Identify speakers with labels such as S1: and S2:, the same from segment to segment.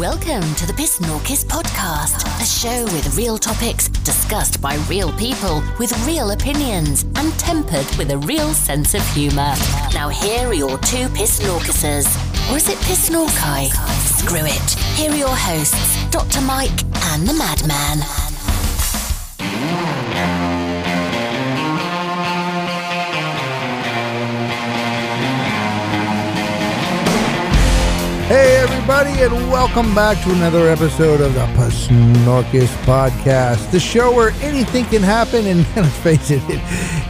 S1: Welcome to the Piss Norkis podcast, a show with real topics discussed by real people with real opinions and tempered with a real sense of humour. Now, here are your two Piss Norkises. Or is it Piss Norkai? Screw it. Here are your hosts, Dr. Mike and the Madman.
S2: Hey, everybody, and welcome back to another episode of the Pasnorkis Podcast, the show where anything can happen, and let's face it, it,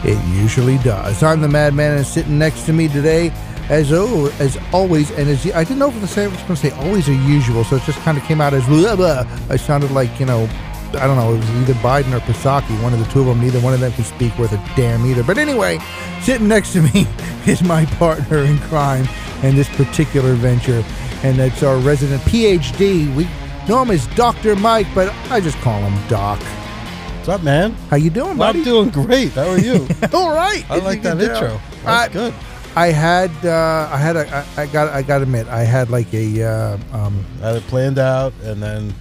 S2: it usually does. I'm the Madman, and sitting next to me today, as oh, as always, and as I didn't know if the same was going to say always or usual, so it just kind of came out as blah blah. I sounded like you know, I don't know, it was either Biden or Psaki, one of the two of them. Neither one of them could speak worth a damn either. But anyway, sitting next to me is my partner in crime and this particular venture, and that's our resident PhD. We know him as Doctor Mike, but I just call him Doc.
S3: What's up, man?
S2: How you doing, buddy?
S3: I'm doing great. How are you?
S2: All right.
S3: I like
S2: You can
S3: that
S2: tell.
S3: intro. That's
S2: I-
S3: good.
S2: I had uh, I had a, I, I got I got to admit I had like a uh, um,
S3: I had it planned out, and then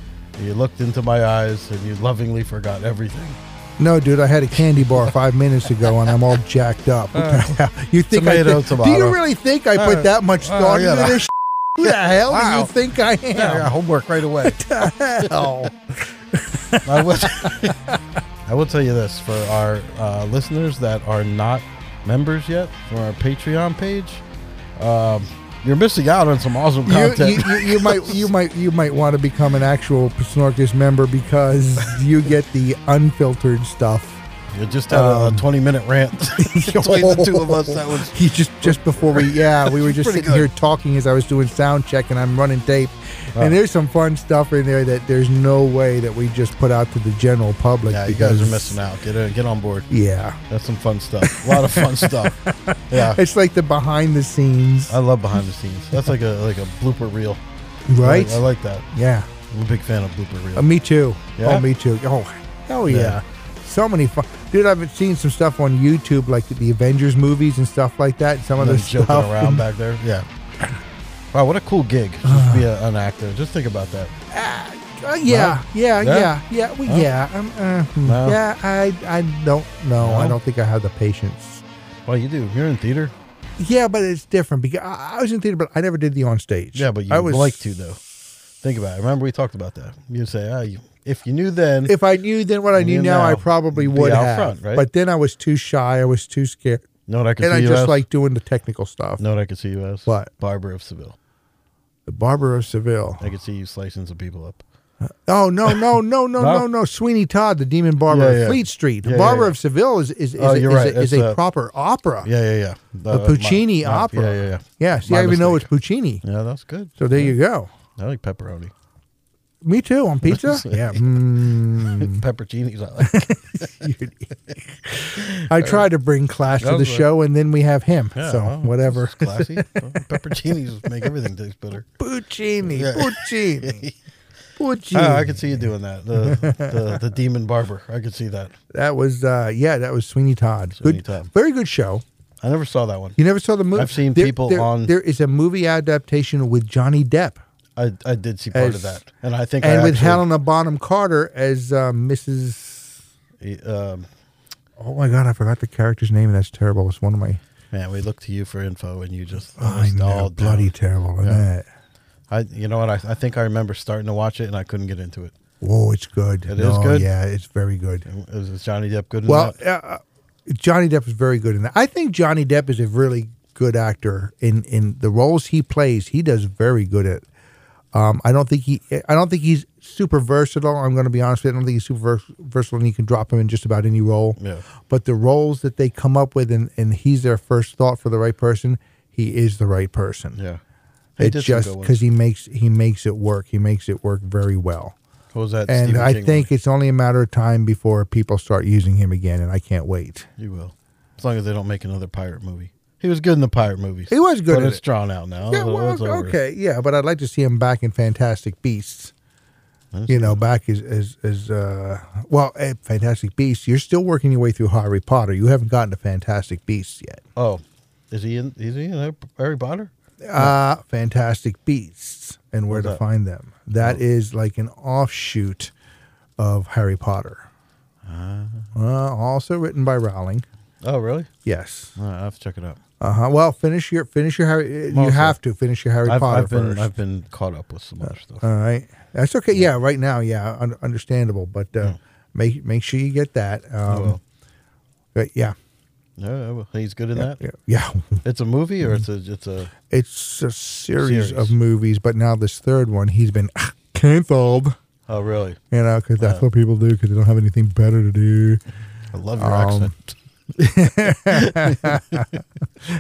S3: you looked into my eyes, and you lovingly forgot everything.
S2: no dude I had a candy bar five minutes ago and I'm all jacked up. you think I
S3: Uh, Tomato,
S2: thi- do
S3: tomato.
S2: you really think I put
S3: Uh,
S2: that much
S3: uh,
S2: thought
S3: yeah.
S2: into this? Who the hell do
S3: Wow.
S2: you think I am?
S3: I got homework right away.
S2: Hell.
S3: I will, I will tell you this for our uh, listeners that are not members yet from our Patreon page, um, you're missing out on some awesome
S2: You,
S3: content.
S2: you, you, you might you might you might want to become an actual Snorkus member because you get the unfiltered stuff.
S3: You just had a-
S2: Um,
S3: a 20 minute rant between the two of us. That was
S2: He just just before we yeah we were just
S3: Pretty
S2: sitting here talking as I was doing sound check and I'm running tape,
S3: Oh.
S2: and there's some fun stuff in there that there's no way that we just put out to the general public.
S3: yeah, you
S2: because,
S3: guys are missing out. Get in, get on board.
S2: Yeah,
S3: That's some fun stuff. A lot of fun stuff. Yeah.
S2: it's like the behind the scenes,
S3: I love behind the scenes. That's like a like a blooper reel.
S2: right?
S3: I, I like that.
S2: yeah,
S3: I'm a big fan of blooper
S2: Uh,
S3: reel.
S2: me too.
S3: Yeah?
S2: Oh, me too. Oh, hell yeah.
S3: Yeah.
S2: So many fun, dude. I've seen some stuff on YouTube, like the Avengers movies and stuff like that. and Some of
S3: And
S2: the
S3: then joking
S2: stuff.
S3: around back there. Yeah. Wow, what a cool gig. Just to be a, an actor. Just think about that.
S2: Uh, yeah, yeah,
S3: Yeah?
S2: yeah, yeah, well,
S3: No?
S2: yeah. Um, uh, hmm.
S3: No?
S2: Yeah, I, I don't know. I
S3: No?
S2: don't think I have the patience.
S3: Well, you do. You're in theater.
S2: Yeah, but it's different because I, I was in theater, but I never did the on stage.
S3: Yeah, but you
S2: I was
S3: like to though. Think about it. Remember we talked about that. You say, ah, you, if you knew then,
S2: If I knew then what I
S3: You
S2: knew
S3: knew
S2: now, I
S3: now,
S2: probably
S3: you'd be
S2: would
S3: out
S2: have.
S3: front, right?
S2: But then I was too shy. I was too scared,
S3: know what I could
S2: and
S3: see
S2: I
S3: you
S2: just
S3: as?
S2: like doing the technical stuff.
S3: know what I could see you as?
S2: What?
S3: Barbara of Seville.
S2: The Barber of Seville.
S3: I could see you slicing some people up.
S2: Oh no, no, no, no, no,
S3: No?
S2: no! Sweeney Todd, the Demon Barber
S3: Yeah,
S2: of
S3: yeah.
S2: Fleet Street. The
S3: Yeah, yeah,
S2: Barber
S3: yeah.
S2: of Seville is is, is,
S3: Oh,
S2: a, is,
S3: you're right.
S2: a, is
S3: It's
S2: a
S3: a-
S2: proper opera.
S3: Yeah, yeah, yeah.
S2: A
S3: The-
S2: Puccini
S3: my- my-
S2: opera.
S3: Yeah, yeah, yeah.
S2: Yeah, see,
S3: My
S2: I even know it's
S3: mistake.
S2: Puccini.
S3: Yeah, that's good.
S2: So there you go.
S3: I like pepperoni.
S2: Me too on pizza. yeah. mm.
S3: Pepperoncinis. I like.
S2: I try to bring class to
S3: That
S2: the
S3: was like-
S2: show, and then we have him.
S3: Yeah,
S2: so
S3: well,
S2: whatever.
S3: it's Classy. Pepperoncinis make everything taste better.
S2: Puccini,
S3: Yeah.
S2: Puccini, Puccini.
S3: Ah, I could see you doing that. The, the the demon barber. I could see that.
S2: that was uh, yeah, that was Sweeney Todd.
S3: Sweeney
S2: good,
S3: Todd.
S2: very good show.
S3: I never saw that one.
S2: You never saw the movie?
S3: I've seen
S2: There-
S3: people
S2: there-
S3: on-
S2: There is a movie adaptation with Johnny Depp
S3: I, I did see part
S2: As-
S3: of that, and I think
S2: and
S3: I
S2: with
S3: actually-
S2: Helena Bonham Carter as um, Mrs.
S3: Um,
S2: Oh my God, I forgot the character's name. That's terrible. It's one of my.
S3: man, we look to you for info, and you just
S2: Oh, I
S3: just
S2: know,
S3: all down.
S2: bloody terrible. in
S3: Yeah.
S2: That.
S3: I you know what? I, I think I remember starting to watch it, and I couldn't get into it.
S2: Whoa, it's good.
S3: It is
S2: No,
S3: good?
S2: Yeah, it's very good.
S3: Is, is Johnny Depp good? in
S2: Well,
S3: that?
S2: uh, uh, Johnny Depp is very good in that. I think Johnny Depp is a really good actor in in the roles he plays. He does very good at. Um, I don't think he. I don't think he's super versatile. I'm going to be honest with you. I don't think he's super vers- versatile, and you can drop him in just about any role.
S3: Yeah.
S2: But the roles that they come up with, and, and he's their first thought for the right person. He is the right person.
S3: yeah. He
S2: It
S3: did some
S2: just
S3: good ones.
S2: because he makes he makes it work. He makes it work very well.
S3: What was that?
S2: And
S3: Stephen
S2: I
S3: King
S2: think it's only a matter of time before people start using him again, and I can't wait.
S3: You will, as long as they don't make another pirate movie. He was good in the pirate movies.
S2: He was good
S3: But
S2: in
S3: it's
S2: it.
S3: drawn out now.
S2: Yeah, well,
S3: It's
S2: okay,
S3: Oh, over.
S2: okay, yeah, but I'd like to see him back in Fantastic Beasts.
S3: That's
S2: You know, back as as, as uh, well, eh, Fantastic Beasts. You're still working your way through Harry Potter. You haven't gotten to Fantastic Beasts yet.
S3: Oh, is he in? Is he in Harry Potter?
S2: Uh, Fantastic Beasts. and where
S3: What's
S2: to
S3: that? Oh.
S2: find them. That is like an offshoot of Harry Potter.
S3: Ah.
S2: Uh, also written by Rowling.
S3: Oh, really?
S2: Yes.
S3: All right, I'll have to check it out.
S2: Uh huh. Well, finish your finish your Harry. uh, You
S3: Mostly.
S2: have to finish your Harry
S3: I've,
S2: Potter
S3: I've been
S2: first. Uh-huh.
S3: I've been caught up with some other stuff.
S2: All right, that's okay. Yeah, right now, yeah, un- understandable. But uh, make make sure you get that.
S3: Hmm. I
S2: Um,
S3: will.
S2: but yeah,
S3: Yeah, I will. he's good in that.
S2: yeah, yeah.
S3: It's a movie or it's a it's a
S2: It's a series,
S3: Series.
S2: of movies, but now this third one, he's been canceled.
S3: oh really?
S2: You know, because
S3: Uh.
S2: that's what people do because they don't have anything better to do.
S3: I love your
S2: Um,
S3: accent.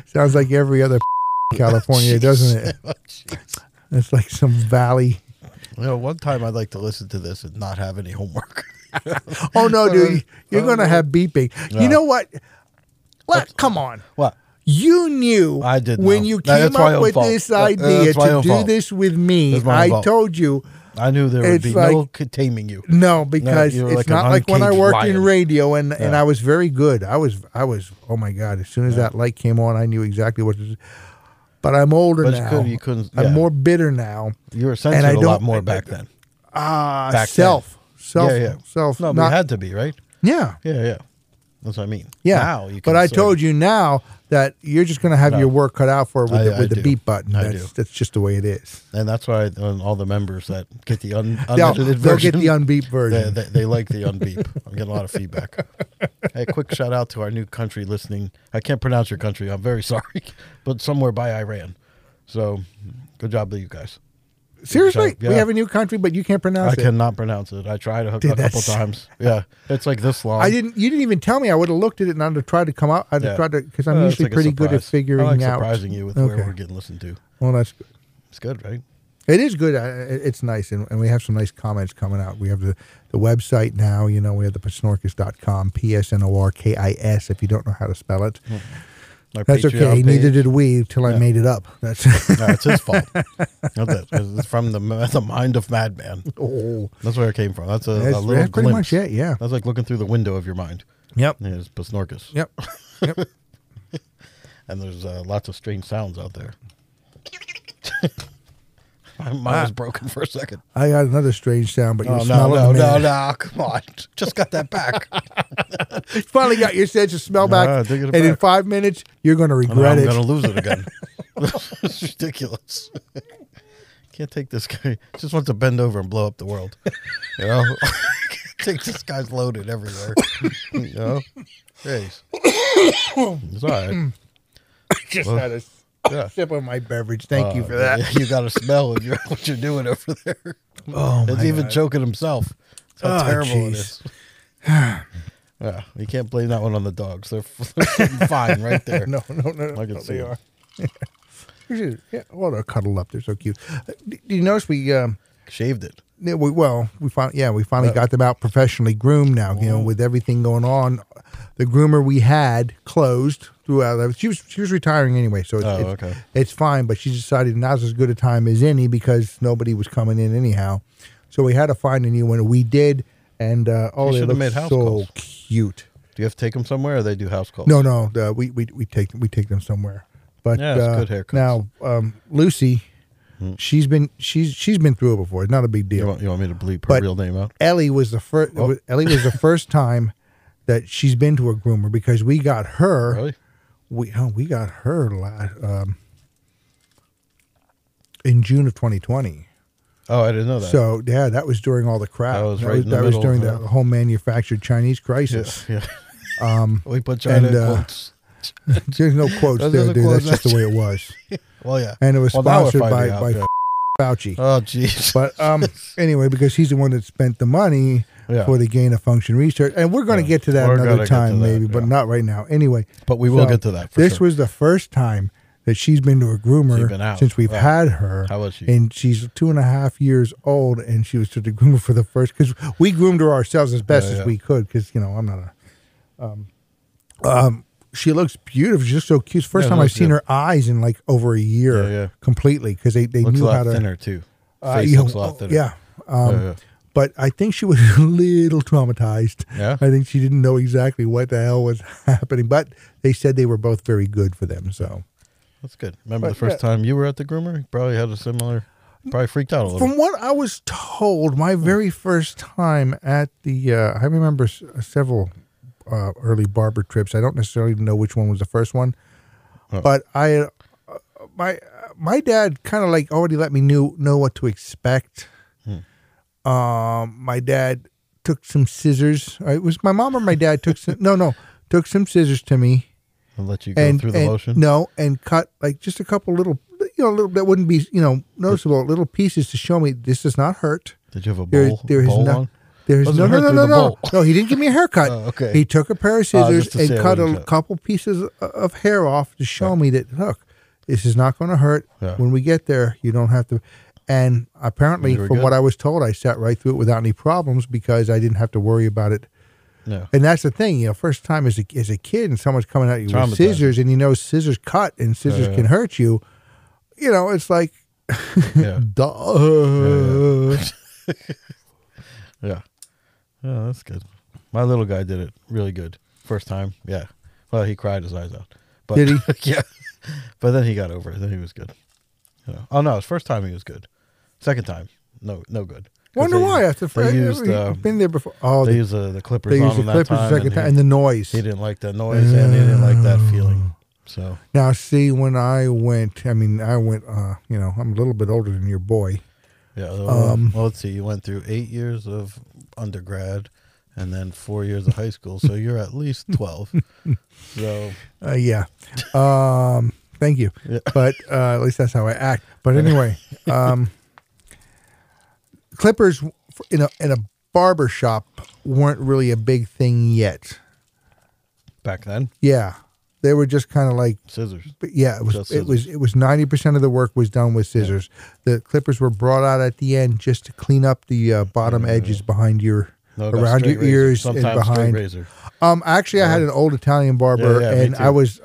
S2: Sounds like every other California, doesn't it?
S3: Oh, jeez.
S2: It's like some valley.
S3: you know, one time I'd like to listen to this and not have any homework.
S2: Oh no, dude, you're
S3: Oh,
S2: gonna
S3: no.
S2: have beeping. You
S3: Yeah.
S2: know what? Let, come on.
S3: what?
S2: You knew
S3: I did
S2: when
S3: know.
S2: you
S3: That-
S2: came
S3: that's my
S2: up
S3: own
S2: with
S3: fault.
S2: this
S3: That-
S2: idea
S3: that's my
S2: to
S3: own
S2: do
S3: fault.
S2: this with me.
S3: That's my
S2: I
S3: own fault.
S2: told you
S3: I knew there would
S2: It's
S3: be no
S2: like-
S3: c- taming you.
S2: no, because
S3: you were
S2: it's
S3: like an
S2: not like when I
S3: uncaged
S2: worked in
S3: lion.
S2: radio and, and
S3: Yeah.
S2: I was very good. I was I was oh my god! As soon as that light came on, I knew exactly what to do. But I'm older
S3: But you
S2: now.
S3: couldn't- you couldn't-
S2: I'm
S3: yeah.
S2: more bitter now.
S3: You were
S2: I
S3: censored a lot
S2: don't-
S3: more back then.
S2: Ah,
S3: Back then.
S2: self, self,
S3: yeah, yeah.
S2: self.
S3: No,
S2: not-
S3: we had to be right.
S2: yeah,
S3: Yeah, yeah. That's what I mean.
S2: yeah.
S3: Now you
S2: but
S3: can
S2: I
S3: sort
S2: told you now that you're just going to have
S3: No.
S2: your work cut out for it with,
S3: I-
S2: the,
S3: I
S2: with the
S3: do.
S2: beep button.
S3: I
S2: that's,
S3: do.
S2: that's just the way it is.
S3: of- and that's why uh, all the members that get the un-
S2: They'll,
S3: unedited
S2: they'll get
S3: version,
S2: the unbeep version.
S3: They, they, they like the unbeep. I'm getting a lot of feedback. Hey, quick shout out to our new country listening. I can't pronounce your country. I'm very sorry, but somewhere by Iran. So, good job to you guys.
S2: Seriously,
S3: Yeah.
S2: we have a new country, but you can't pronounce
S3: I
S2: it.
S3: cannot pronounce it. I tried a, hook-
S2: Dude,
S3: a couple
S2: that's-
S3: times. Yeah, it's like this long.
S2: I didn't. You didn't even tell me. I would have looked at it and I'd have tried to come out. I'd
S3: um, Yeah.
S2: have tried to because I'm
S3: Uh, it's
S2: usually
S3: like a
S2: pretty good at
S3: surprise.
S2: figuring
S3: I like
S2: out.
S3: surprising you with where we're getting listened to.
S2: Well, that's good.
S3: It's good, right?
S2: It is good. I- I- It's nice, and, and we have some nice comments coming out. We have the, the website now. You know, we have the pasnorkis.com, P S N O R K I S. If you don't know how to spell it,
S3: Hmm. Our
S2: that's
S3: Patreon
S2: okay.
S3: page.
S2: Neither did we till I
S3: Yeah.
S2: made it up. That's
S3: No, it's his fault. Not that- It's from the ma- the mind of madman.
S2: oh,
S3: That's where it came from. That's a,
S2: that's,
S3: a
S2: that's
S3: little
S2: pretty much
S3: glimpse.
S2: it. Yeah.
S3: That's like looking through the window of your mind.
S2: Yep.
S3: And There's Pasnorkus.
S2: Yep. Yep.
S3: And there's uh, lots of strange sounds out there. My mind was
S2: Ah.
S3: broken for a second.
S2: I got another strange sound, but you
S3: Oh,
S2: will
S3: no,
S2: smell it. in
S3: no,
S2: a
S3: no,
S2: minute.
S3: no. Come on. Just got that back.
S2: finally got your sense of smell back,
S3: Ah, take
S2: and
S3: it
S2: in
S3: back.
S2: five minutes you're going to
S3: And now
S2: regret
S3: I'm
S2: it.
S3: going to lose it again. it's ridiculous. Can't take this guy. Just wants to bend over and blow up the world. You know? Can't take this guy's loaded everywhere. you know? Jeez. It's all right.
S2: Just
S3: Well,
S2: had a s-
S3: yeah.
S2: sip of my beverage. Thank you
S3: Uh,
S2: for that.
S3: You got to smell what you're, what you're doing over there.
S2: Oh
S3: It's even choking himself. That's how
S2: Oh,
S3: terrible
S2: jeez.
S3: it is. yeah, you can't blame that one on the dogs. They're, they're sitting fine right there.
S2: No, no, no, no.
S3: I can
S2: no,
S3: see
S2: they
S3: it.
S2: are. You should- yeah, well, they're cuddled up. They're so cute. Uh, d- Do you notice we? Um,
S3: Shaved it.
S2: yeah, we well, we finally yeah, we finally
S3: Yeah.
S2: got them out professionally groomed now.
S3: Oh.
S2: You know, with everything going on, the groomer we had closed throughout. uh, She was she was retiring anyway, so it's,
S3: Oh,
S2: it's,
S3: okay.
S2: it's fine. But she decided now's as good a time as any because nobody was coming in anyhow. So we had to find a new one. We did, and uh, oh,
S3: You
S2: they
S3: should've
S2: look
S3: made house
S2: so
S3: calls.
S2: cute.
S3: Do you have to take them somewhere, or they do house calls?
S2: No, no, uh, we, we we take we take them somewhere. But
S3: Yeah, it's
S2: uh,
S3: good haircuts. Hmm.
S2: now um, Lucy, she's been she's she's been through it before. It's not a big
S3: You
S2: deal.
S3: want, you want me to bleep her
S2: But-
S3: real name out?
S2: Ellie was the first.
S3: Oh.
S2: Ellie was the first time that she's been to a groomer because we got her.
S3: Really?
S2: We oh, we got her last, um, in June of 2020.
S3: Oh, I didn't know that.
S2: So yeah, that was during all the crap.
S3: That was right in the
S2: that was
S3: middle
S2: during the
S3: of it.
S2: whole manufactured Chinese
S3: yeah,
S2: crisis.
S3: yeah.
S2: Um,
S3: we put China
S2: and, uh,
S3: quotes.
S2: there's no quotes
S3: Those
S2: there,
S3: are the
S2: dude.
S3: quotes
S2: That's just the way it was.
S3: Well, yeah.
S2: and it was
S3: Well, now we're
S2: sponsored by
S3: finding out,
S2: by
S3: yeah.
S2: Fauci.
S3: Oh, jeez.
S2: But um, anyway, because he's the one that spent the money
S3: Yeah.
S2: for the gain of function research, and we're going to
S3: Yeah.
S2: get to that
S3: We're gonna
S2: another
S3: get to
S2: time,
S3: that,
S2: maybe, but
S3: yeah.
S2: not right now. Anyway,
S3: But we will
S2: so
S3: get to that. For
S2: this
S3: sure.
S2: was the first time that she's been to a
S3: She's
S2: groomer
S3: been out,
S2: since we've
S3: right.
S2: had her.
S3: How was she?
S2: And she's two and a half years old, and she was to the groomer for the first because we groomed her ourselves as best
S3: Yeah,
S2: as
S3: yeah.
S2: we could. Because you know, I'm not a. Um, um, she looks beautiful. She's just so cute. First
S3: Yeah,
S2: time I've
S3: looks
S2: seen
S3: good.
S2: her eyes in like over a year,
S3: Yeah, yeah.
S2: completely because they they
S3: looks a
S2: knew
S3: lot
S2: how to.
S3: thinner too.
S2: Uh,
S3: Face
S2: yeah,
S3: looks a
S2: oh,
S3: lot thinner.
S2: Yeah. Um,
S3: Yeah, yeah.
S2: But I think she was a little traumatized.
S3: Yeah?
S2: I think she didn't know exactly what the hell was happening. But they said they were both very good for them. So
S3: That's good. Remember
S2: But,
S3: the first
S2: yeah.
S3: time you were at the groomer? You probably had a similar. Probably freaked out a little.
S2: From what I was told, my very first time at the, uh, I remember s- several uh, early barber trips. I don't necessarily even know which one was the first one, but I, uh, my my dad kind of like already let me knew know what to expect.
S3: Hmm.
S2: Um, my dad took some scissors. Uh, It was my mom or my dad took some, no no took some scissors to me
S3: I'll let you go
S2: and
S3: through the
S2: and-
S3: motion.
S2: No, and cut like just a couple little, you know, little that wouldn't be, you know, noticeable little pieces to show me this does not hurt.
S3: Did you have a
S2: There,
S3: bowl?
S2: there is
S3: bowl
S2: no,
S3: on?
S2: there is
S3: Doesn't
S2: no, no,
S3: hurt
S2: no,
S3: through
S2: no,
S3: the
S2: no.
S3: bowl.
S2: No, he didn't give me a haircut.
S3: Oh, okay.
S2: He took a pair of scissors
S3: to see
S2: and
S3: it
S2: cut
S3: when
S2: a
S3: you cut.
S2: couple pieces o- of hair off to show me that look, this is not going to hurt.
S3: Yeah.
S2: When we get there, you don't have to. And apparently,
S3: You were
S2: from
S3: good.
S2: what I was told, I sat right through it without any problems because I didn't have to worry about it
S3: Yeah.
S2: and that's the thing, you know, first time as a, as a kid and someone's coming at you with
S3: Traumatizing.
S2: scissors and you know scissors cut and scissors
S3: yeah.
S2: can hurt you, you know, it's like,
S3: Yeah.
S2: duh.
S3: Yeah. Yeah, that's good. My little guy did it really good. First time. Yeah. Well, he cried his eyes out. But
S2: Did he?
S3: yeah. But then he got over it. Then he was good. You know. Oh no, his first time he was good. Second time, no no good. 'Cause
S2: Wonder
S3: they-
S2: why after
S3: they
S2: first,
S3: used, uh,
S2: I've been there before. Oh,
S3: they
S2: they,
S3: used uh, the clippers
S2: they
S3: on
S2: use the
S3: him that
S2: clippers
S3: time,
S2: the second time
S3: and
S2: and Oh. the noise.
S3: He, he didn't like that noise and he didn't like that feeling. So
S2: Now, see, when I went, I mean, I went, uh, you know, I'm a little bit older than your boy.
S3: yeah. Well,
S2: Um,
S3: well, let's see. You went through eight years of undergrad, and then four years of high school. So you're at least twelve. so
S2: Uh, yeah. Um, thank you.
S3: Yeah.
S2: But uh, at least that's how I act. But anyway, um, clippers f- in a in a barber shop weren't really a big thing yet.
S3: back then,
S2: Yeah, they were just kind of like
S3: scissors.
S2: but yeah, it was
S3: Just
S2: it was it was ninety percent of the work was done with scissors. The clippers were brought out at the end just to clean up the uh, bottom edges behind your
S3: No, about
S2: around
S3: straight
S2: your
S3: razor.
S2: ears and
S3: Sometimes straight
S2: behind.
S3: razor.
S2: Um, actually, I had an old Italian barber,
S3: Yeah, yeah, me
S2: and I
S3: too.
S2: was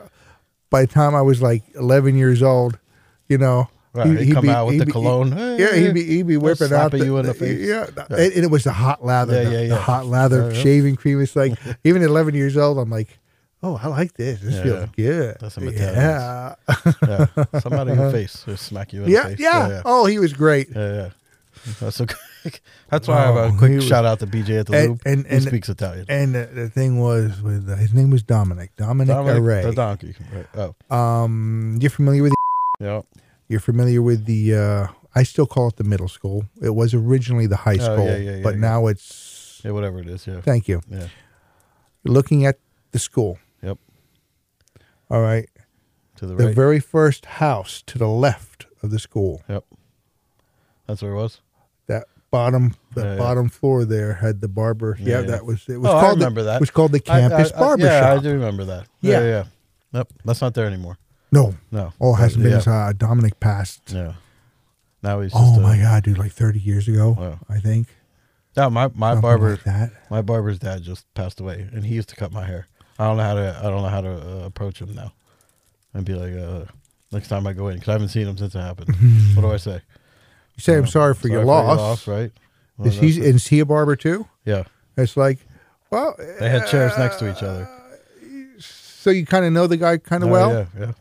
S2: by the time I was like eleven years old, you know.
S3: Right, he'd come out with the cologne.
S2: yeah, he'd be he'd be
S3: They'll
S2: whipping out
S3: slap at you in the face.
S2: Yeah, And, and it was the hot lather.
S3: Yeah,
S2: the,
S3: yeah,
S2: the
S3: yeah.
S2: hot lather
S3: Yeah, yeah.
S2: shaving cream. It's like even at eleven years old, I'm like, oh, I like this. This
S3: Yeah,
S2: feels good.
S3: That's some Italians.
S2: yeah.
S3: Yeah. Some out of your face. They'll smack you in
S2: yeah,
S3: the face.
S2: yeah,
S3: Yeah.
S2: Oh, he was great.
S3: yeah. yeah, yeah. That's okay. That's why I have
S2: Wow,
S3: a
S2: he
S3: quick
S2: was-
S3: shout out to BJ at the
S2: And-
S3: Loop.
S2: and-
S3: he
S2: and-
S3: speaks Italian.
S2: And the, the thing was with his name was Dominic Dominic,
S3: Dominic
S2: Array.
S3: the donkey. Right. Oh,
S2: um, you're familiar with
S3: yeah.
S2: you're familiar with the uh, I still call it the middle school. It was originally the high
S3: Oh,
S2: school,
S3: yeah, yeah, yeah,
S2: but
S3: yeah.
S2: now it's
S3: Yeah, whatever it is. Yeah.
S2: thank you.
S3: Yeah.
S2: Looking at the school.
S3: Yep.
S2: All right.
S3: To the
S2: The
S3: right.
S2: very first house to the left of the school.
S3: yep. That's where it was.
S2: That bottom the
S3: Yeah, yeah.
S2: bottom floor there had the barber. Yeah,
S3: yeah.
S2: that was it was
S3: Oh, I
S2: called
S3: remember
S2: the,
S3: that.
S2: It was called the
S3: I- I-
S2: campus
S3: I-
S2: barber
S3: yeah,
S2: shop.
S3: I do remember that. Yeah,
S2: Yeah.
S3: yeah. yeah. Yep. That's not there anymore.
S2: No.
S3: No.
S2: Oh, it hasn't been
S3: Yeah.
S2: since uh, Dominic passed.
S3: Yeah. Now he's.
S2: Oh
S3: just a-
S2: my god, dude, like thirty years ago,
S3: Wow.
S2: I think.
S3: No, my my
S2: Something
S3: barber.
S2: like that.
S3: My barber's dad just passed away, and he used to cut my hair. I don't know how to. I don't know how to uh, approach him now, and be like, uh, next time I go in, because I haven't seen him since it happened. what do I say?
S2: You say I'm sorry for
S3: Sorry
S2: your loss.
S3: right? Well,
S2: Is he
S3: that's it.
S2: is he a barber too?
S3: yeah,
S2: It's like, well,
S3: they had chairs next to each other.
S2: so you kind of know the guy kind of
S3: Oh,
S2: Uh, well.
S3: yeah, yeah.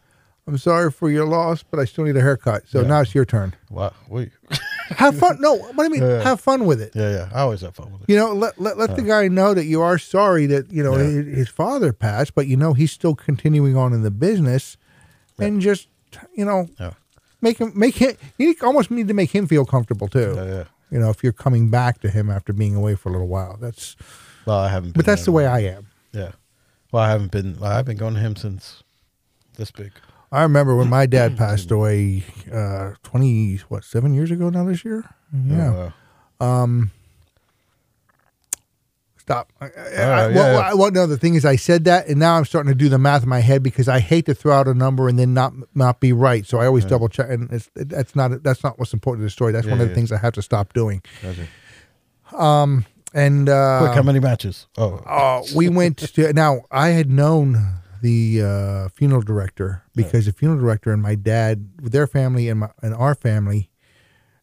S2: I'm sorry for your loss, but I still need a haircut. So
S3: Yeah.
S2: now it's your turn.
S3: Wow, wait.
S2: Have fun. No, what do you mean?
S3: Yeah.
S2: Have fun with it.
S3: Yeah, yeah. I always have fun with it.
S2: You know, let let, let the guy know that you are sorry that you know
S3: Yeah.
S2: his, his father passed, but you know he's still continuing on in the business, and just you know
S3: Yeah,
S2: make him make him. You almost need to make him feel comfortable too.
S3: yeah, yeah.
S2: You know, if you're coming back to him after being away for a little while, that's
S3: Well, I haven't. Been
S2: but that's the
S3: there
S2: way
S3: in a
S2: I am.
S3: while. Yeah. Well, I haven't been. I've been going to him since this big.
S2: I remember when my dad passed away uh, 20, what, seven years ago now this year? Yeah.
S3: Uh,
S2: Stop. I, I,
S3: Uh, yeah,
S2: I- well,
S3: yeah.
S2: I- well, no, the thing is, I said that, and now I'm starting to do the math in my head because I hate to throw out a number and then not not be right. So I always double check, and it's, that's not that's not what's important to the story. That's
S3: Yeah,
S2: one of the
S3: yeah.
S2: things I have to stop doing.
S3: gotcha.
S2: And
S3: Quick, how
S2: uh,
S3: many matches? Um, Oh,
S2: uh, we went to now. I had known the uh, funeral director because the funeral director and my dad, their family and my and our family,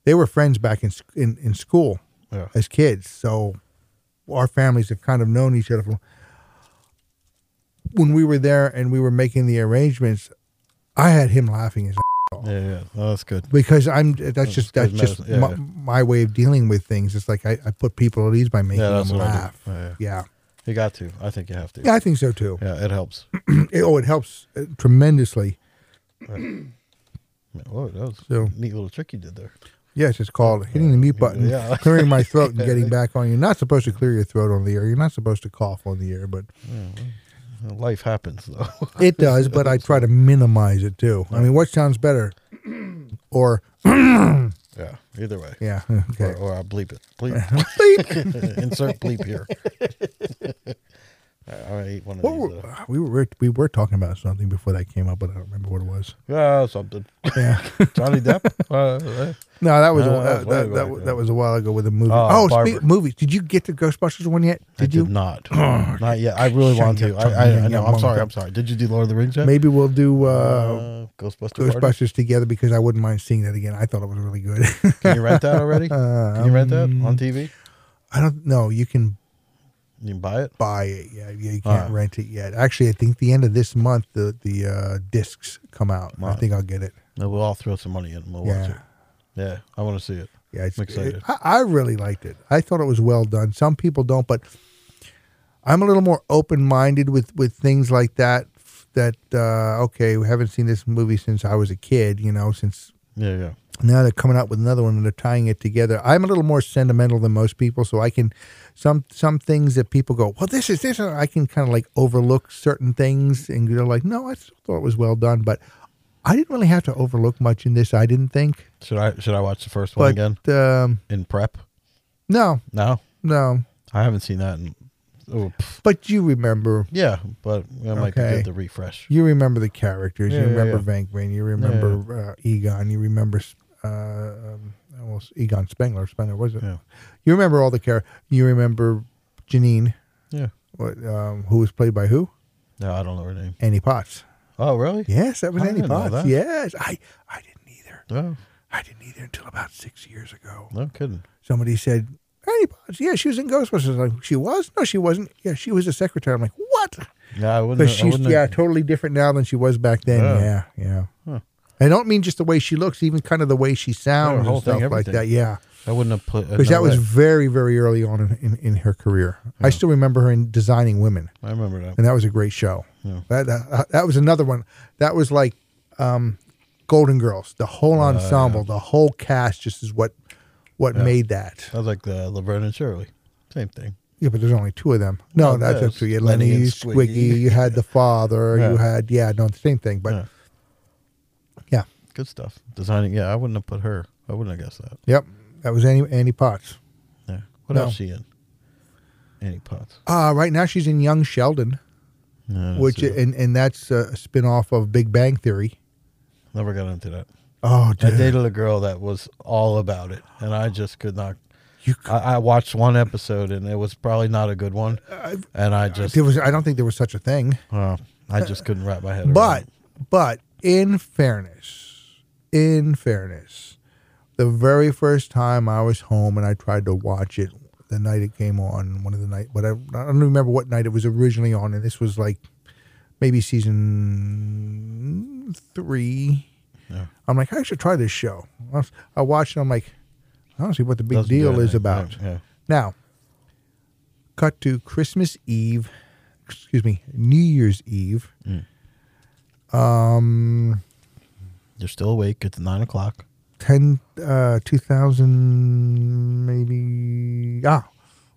S2: they were friends back in sc- in, in school.
S3: yeah.
S2: as kids. So our families have kind of known each other. For, when we were there and we were making the arrangements, I had him laughing his
S3: Yeah, yeah. No, that's good.
S2: because I'm that's just that's
S3: good
S2: just
S3: Oh, medicine. Yeah,
S2: my,
S3: yeah.
S2: my way of dealing with things. It's like I, I put people at ease by making
S3: Yeah, that's
S2: them
S3: what I do.
S2: laugh.
S3: Oh, yeah.
S2: yeah.
S3: You got to. I think you have to.
S2: yeah, I think so too.
S3: Yeah, it helps.
S2: It- oh, it helps uh, tremendously.
S3: Whoa, that was
S2: So-
S3: a neat little trick you did there.
S2: Yes, it's called hitting the mute button,
S3: Yeah.
S2: clearing my throat, and getting back on. You're not supposed to clear your throat on the air. You're not supposed to cough on the air, but
S3: Life happens though.
S2: it does. But I try to minimize it too. I mean, what sounds better? Or
S3: yeah. Either way.
S2: yeah,
S3: Or,
S2: okay.
S3: or I bleep it. Bleep. Insert bleep here. I, I ate one of
S2: What
S3: these.
S2: were, ah,
S3: Uh,
S2: we were we were talking about something before that came up, but I don't remember what it was.
S3: yeah, something.
S2: Yeah.
S3: Johnny Depp. Uh,
S2: No, that was a,
S3: No, that
S2: that, that,
S3: was way
S2: that,
S3: back,
S2: was-
S3: yeah.
S2: that was a while ago with a movie.
S3: Oh,
S2: Oh, speak,
S3: Barber.
S2: movies. Did you get the Ghostbusters one yet?
S3: I
S2: Did you?
S3: not. not yet. I really want
S2: Shut
S3: to.
S2: your
S3: I, I,
S2: tongue,
S3: I
S2: you
S3: know. I'm sorry.
S2: monster.
S3: I'm sorry. Did you do Lord of the Rings yet?
S2: Maybe we'll do uh,
S3: Uh, Ghostbuster. Ghostbusters.
S2: Ghostbusters together because I wouldn't mind seeing that again. I thought it was really good.
S3: Can you rent that already? Can you rent that on TV?
S2: I don't know. You can
S3: You can buy it.
S2: buy it. Yeah, yeah you can't
S3: Alright.
S2: rent it yet. Actually, I think the end of this month the the uh, discs come out. I
S3: Alright.
S2: think I'll get it.
S3: No, we'll all throw some money in and we'll watch
S2: Yeah.
S3: it. Yeah, I want to see it.
S2: Yeah, it's,
S3: I'm
S2: it,
S3: excited.
S2: I, I really liked it. I thought it was well done. Some people don't, but I'm a little more open minded with with things like that. f- That uh, okay, we haven't seen this movie since I was a kid. You know, since
S3: Yeah, yeah.
S2: now they're coming out with another one and they're tying it together. I'm a little more sentimental than most people, so I can some some things that people go, well, this is this. and I can kind of like overlook certain things, and you're like, no, I still thought it was well done, but I didn't really have to overlook much in this. I didn't think,
S3: Should I should I watch the first one
S2: but
S3: again
S2: um,
S3: in prep?
S2: no,
S3: No,
S2: no,
S3: I haven't seen that. In, oh, pff.
S2: But you remember,
S3: yeah, but it might be
S2: Okay.
S3: good to refresh.
S2: you remember the characters.
S3: Yeah,
S2: you
S3: yeah,
S2: remember
S3: yeah.
S2: Vankman. You remember Uh, Egon. You remember uh, um, well, Egon Spengler. Spengler was it?
S3: Yeah.
S2: You remember all the characters. You remember Janine,
S3: Yeah.
S2: what, um, who was played by who?
S3: No, I don't know her name.
S2: Annie Potts.
S3: Oh, really?
S2: Yes, that was
S3: I
S2: Annie
S3: didn't know
S2: Potts.
S3: that.
S2: Yes, I I didn't either.
S3: No,
S2: I didn't either until about six years ago.
S3: no kidding.
S2: Somebody said. Annie Potts. Yeah, she was in Ghostbusters. I'm Like she was? No, she wasn't. Yeah, she was a secretary. I'm like, what?
S3: Yeah, I wouldn't.
S2: Because
S3: I
S2: she's
S3: wouldn't
S2: yeah, totally different now than she was back then.
S3: Oh.
S2: Yeah, yeah.
S3: Huh.
S2: I don't mean just the way she looks, even kind of the way she sounds
S3: whole
S2: and
S3: thing,
S2: stuff like
S3: everything.
S2: that. Yeah,
S3: I wouldn't have put.
S2: because
S3: no
S2: that was
S3: way.
S2: very, very early on in, in, in her career. I still remember her in Designing Women,
S3: I remember that.
S2: and that was a great show.
S3: Yeah.
S2: That, that that was another one. That was like um, Golden Girls. The whole
S3: Oh,
S2: ensemble, the whole cast, just is what what made that.
S3: That was like the Laverne and Shirley. Same thing.
S2: Yeah, but there's only two of them. No,
S3: Well,
S2: that's
S3: there's
S2: up to you.
S3: Lenny
S2: Lenny,
S3: and
S2: Squiggy.
S3: Squiggy.
S2: You had the father. You
S3: Yeah.
S2: had yeah, no, the same thing. But
S3: Yeah.
S2: yeah,
S3: Good stuff. Designing. Yeah, I wouldn't have put her. I wouldn't have guessed that.
S2: yep, that was Annie Annie Potts.
S3: Yeah. What
S2: No.
S3: else she in? Annie Potts.
S2: Uh, right now she's in Young Sheldon,
S3: No, I didn't
S2: which
S3: see that.
S2: and and that's a spin-off of Big Bang Theory.
S3: never got into that.
S2: Oh,
S3: I
S2: dude,
S3: dated a girl that was all about it, and I just could not.
S2: you, c-
S3: I, I watched one episode, and it was probably not a good one, and I just,
S2: there was I don't think there was such a thing.
S3: uh, I just couldn't wrap my head around.
S2: But
S3: it.
S2: but in fairness, in fairness, the very first time I was home and I tried to watch it the night it came on, one of the night, but I, I don't remember what night it was originally on, and this was like maybe season three.
S3: Yeah.
S2: I'm like, I should try this show. I was- I watched it. I'm like, I don't see what the big
S3: Doesn't do
S2: deal is
S3: anything.
S2: about.
S3: Yeah,
S2: Now, cut to Christmas Eve, excuse me, New Year's Eve. Um,
S3: you're still awake. It's nine o'clock.
S2: 10, uh, 2000, maybe. Ah,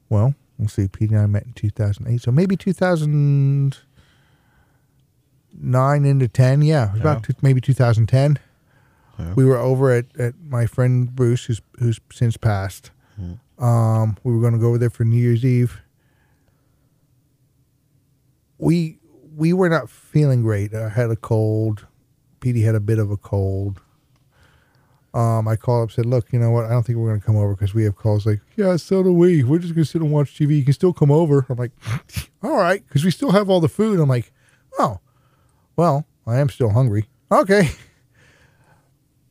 S2: well, let's see. Pete and I met in 2008. So maybe 2009 into 10. Yeah, it was about
S3: Yeah.
S2: two, maybe 2010.
S3: Yeah.
S2: We were over at, at my friend Bruce, who's, who's since passed.
S3: Mm.
S2: Um, we were going to go over there for New Year's Eve. We we were not feeling great. I had a cold. Petey had a bit of a cold. Um, I called up said, "Look, you know what? I don't think we're going to come over because we have calls like, yeah, so do we. We're just going to sit and watch TV. You can still come over." I'm like, "All right," because we still have all the food. I'm like, "Oh, well, I am still hungry." Okay.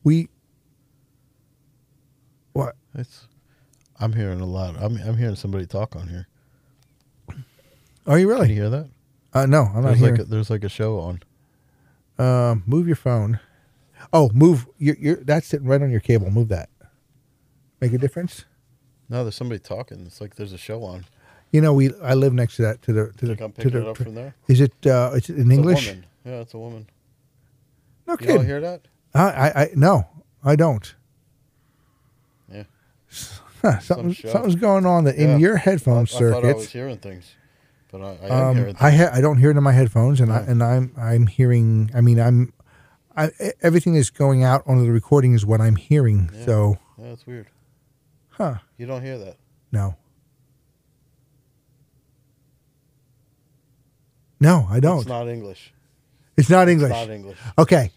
S2: We. What?
S3: It's. I'm hearing a lot. I'm I'm hearing somebody talk on here.
S2: Are you
S3: Can you
S2: really?
S3: hear that?
S2: Uh, no, I'm not
S3: There's
S2: here.
S3: like a, there's like a show on.
S2: Um, move your phone. Oh, move. You're, you're, that's sitting right on your cable. Move that. Make a difference.
S3: No, there's somebody talking. It's like there's a show on.
S2: You know, we I live next to that to the to
S3: Think
S2: the
S3: I'm
S2: to
S3: picking
S2: the.
S3: it up from there.
S2: Is it uh, it's in
S3: It's a
S2: English?
S3: woman. Yeah, it's a woman.
S2: No
S3: You all
S2: kidding.
S3: hear that?
S2: I, I I no, I don't.
S3: Yeah.
S2: Huh, something,
S3: show.
S2: something's going on that in
S3: Yeah.
S2: your headphone
S3: I thought I was
S2: circuit.
S3: hearing things, but I, I am
S2: Um,
S3: hearing
S2: I
S3: things.
S2: ha- I don't hear it in my headphones, and I
S3: Yeah.
S2: and I'm I'm hearing. I mean, I'm, I e, everything that's going out onto the recording is what I'm hearing.
S3: Yeah.
S2: So,
S3: Yeah, that's weird.
S2: huh?
S3: You don't hear that.
S2: No. No, I don't.
S3: It's not English.
S2: It's not English.
S3: It's not English.
S2: Okay.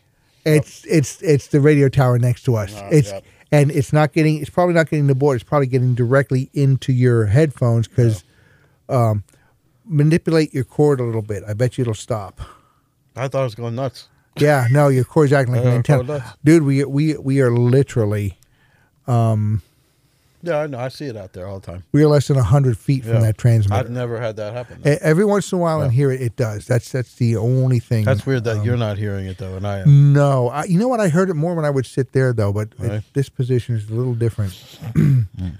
S2: It's it's it's the radio tower next to us.
S3: Ah,
S2: it's
S3: yep.
S2: and it's not getting it's probably not getting the board. It's probably getting directly into your headphones because um, manipulate your cord a little bit. I bet you it'll stop.
S3: I thought I was going nuts.
S2: Yeah, no, your cord's acting like an
S3: Yeah,
S2: antenna,
S3: cordless.
S2: dude. We we we are literally
S3: Yeah, I know. I see it out there all the time.
S2: we are less than hundred feet from
S3: Yeah.
S2: that
S3: I've
S2: transmitter.
S3: never had that happen.
S2: E- Every once in a while in here, it does. That's that's the only thing.
S3: That's weird that
S2: um,
S3: you're not hearing it though, and I
S2: Mm,
S3: am.
S2: No, I, you know what? I heard it more when I would sit there though, but it-
S3: Right.
S2: this position is a little different.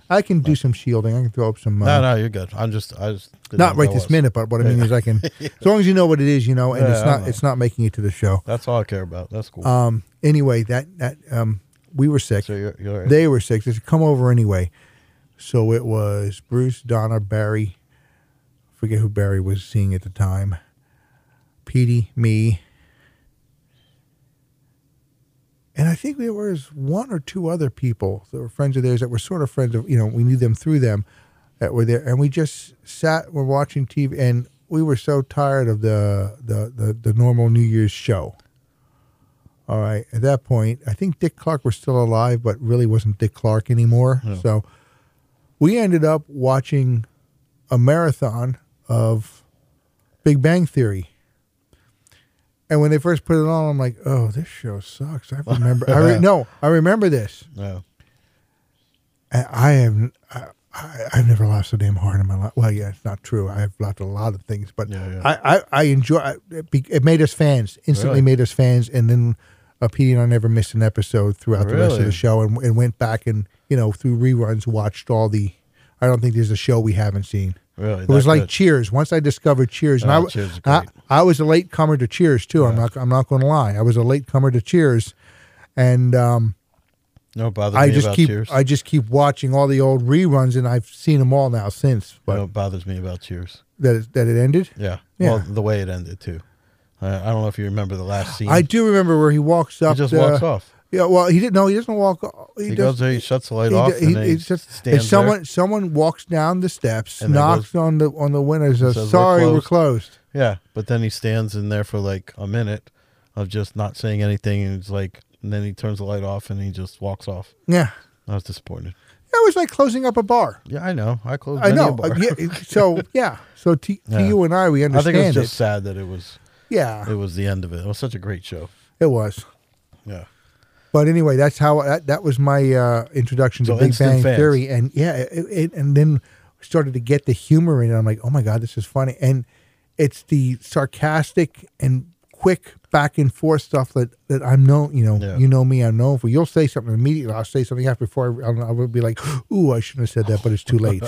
S2: I can do some shielding. I can throw up some. Uh,
S3: No, no, you're good. I'm just, I just didn't
S2: Not
S3: know
S2: right
S3: I
S2: this
S3: was.
S2: minute, but what I mean is I can, as long as you know what it is, you know, and
S3: Yeah,
S2: it's
S3: I
S2: not
S3: know.
S2: it's not making it to the show.
S3: That's all I care about. That's cool.
S2: Um, anyway, that that um, we were sick.
S3: so you're, you're all right.
S2: They were sick. They said, come over anyway. So it was Bruce, Donna, Barry. I forget who Barry was seeing at the time. Petey, me. And I think there was one or two other people that were friends of theirs that were sort of friends of, you know, we knew them through them that were there. And we just sat, we're watching TV, and we were so tired of the, the, the, the normal New Year's show. All right. At that point, I think Dick Clark was still alive, but really wasn't Dick Clark anymore. So we ended up watching a marathon of Big Bang Theory. And when they first put it on, I'm like, "Oh, this show sucks." I remember. I re- no, I remember this.
S3: yeah.
S2: I, I have. I, I, I've never laughed so damn hard in my life. Well, yeah, it's not true. I've laughed at a lot of things, but
S3: Yeah, yeah.
S2: I, I, I enjoy. I- It, be- it made us fans instantly.
S3: Really?
S2: Made us fans, and then uh, Petey and I never missed an episode throughout the rest of the
S3: Really?
S2: show, and, and went back and you know through reruns watched all the. I don't think there's a show we haven't seen.
S3: Really,
S2: It was
S3: that
S2: like
S3: good?
S2: Cheers. Once I discovered Cheers, and
S3: Oh,
S2: I, w-
S3: Cheers is
S2: I,
S3: great.
S2: I was a late comer to Cheers too. I'm not. I'm not going to lie. I was a late comer to Cheers, and um,
S3: no bother.
S2: I
S3: me
S2: just
S3: about
S2: keep
S3: Cheers.
S2: I just keep watching all the old reruns, and I've seen them all now since.
S3: You
S2: But
S3: know what bothers me about Cheers.
S2: that it, that it ended.
S3: Yeah.
S2: Yeah.
S3: Well, the way it ended too. I, I don't know if you remember the last scene.
S2: I do remember where he walks up.
S3: he just
S2: uh,
S3: walks off.
S2: Yeah, well, he didn't. No, he doesn't walk. o-
S3: He,
S2: He,
S3: goes
S2: does.
S3: there. He shuts the light
S2: he,
S3: off.
S2: d-
S3: and
S2: he-
S3: then he
S2: it's just
S3: stands
S2: and someone someone walks down the steps,
S3: And then
S2: knocks on the on the window, says,
S3: says, "We're
S2: "Sorry, we're
S3: closed."
S2: closed."
S3: there. Yeah, but then he stands in there for like a minute of just not saying anything, and he's like, and then he turns the light off and he just walks off.
S2: Yeah,
S3: I was disappointed.
S2: that was like closing up a bar.
S3: Yeah, I know. I closed.
S2: I
S3: many a
S2: know.
S3: bar.
S2: Uh, yeah, it- so yeah, so to, to
S3: Yeah.
S2: you and I, we
S3: I
S2: understand
S3: think it was just
S2: it.
S3: sad that it was
S2: Yeah,
S3: it was the end of it. It was such a great show.
S2: it was.
S3: Yeah.
S2: But anyway, that's how that, that was my uh, introduction
S3: So
S2: to Big
S3: instant
S2: Bang
S3: fans.
S2: Theory, and yeah, it, it, and then started to get the humor in it. I'm like, oh my god, this is funny, and it's the sarcastic and quick back and forth stuff that, that I'm known, you know,
S3: Yeah.
S2: you know me, I'm known for. You'll say something immediately, I'll say something after before I, I'll, I'll be like, ooh, I shouldn't have said that, but it's too late.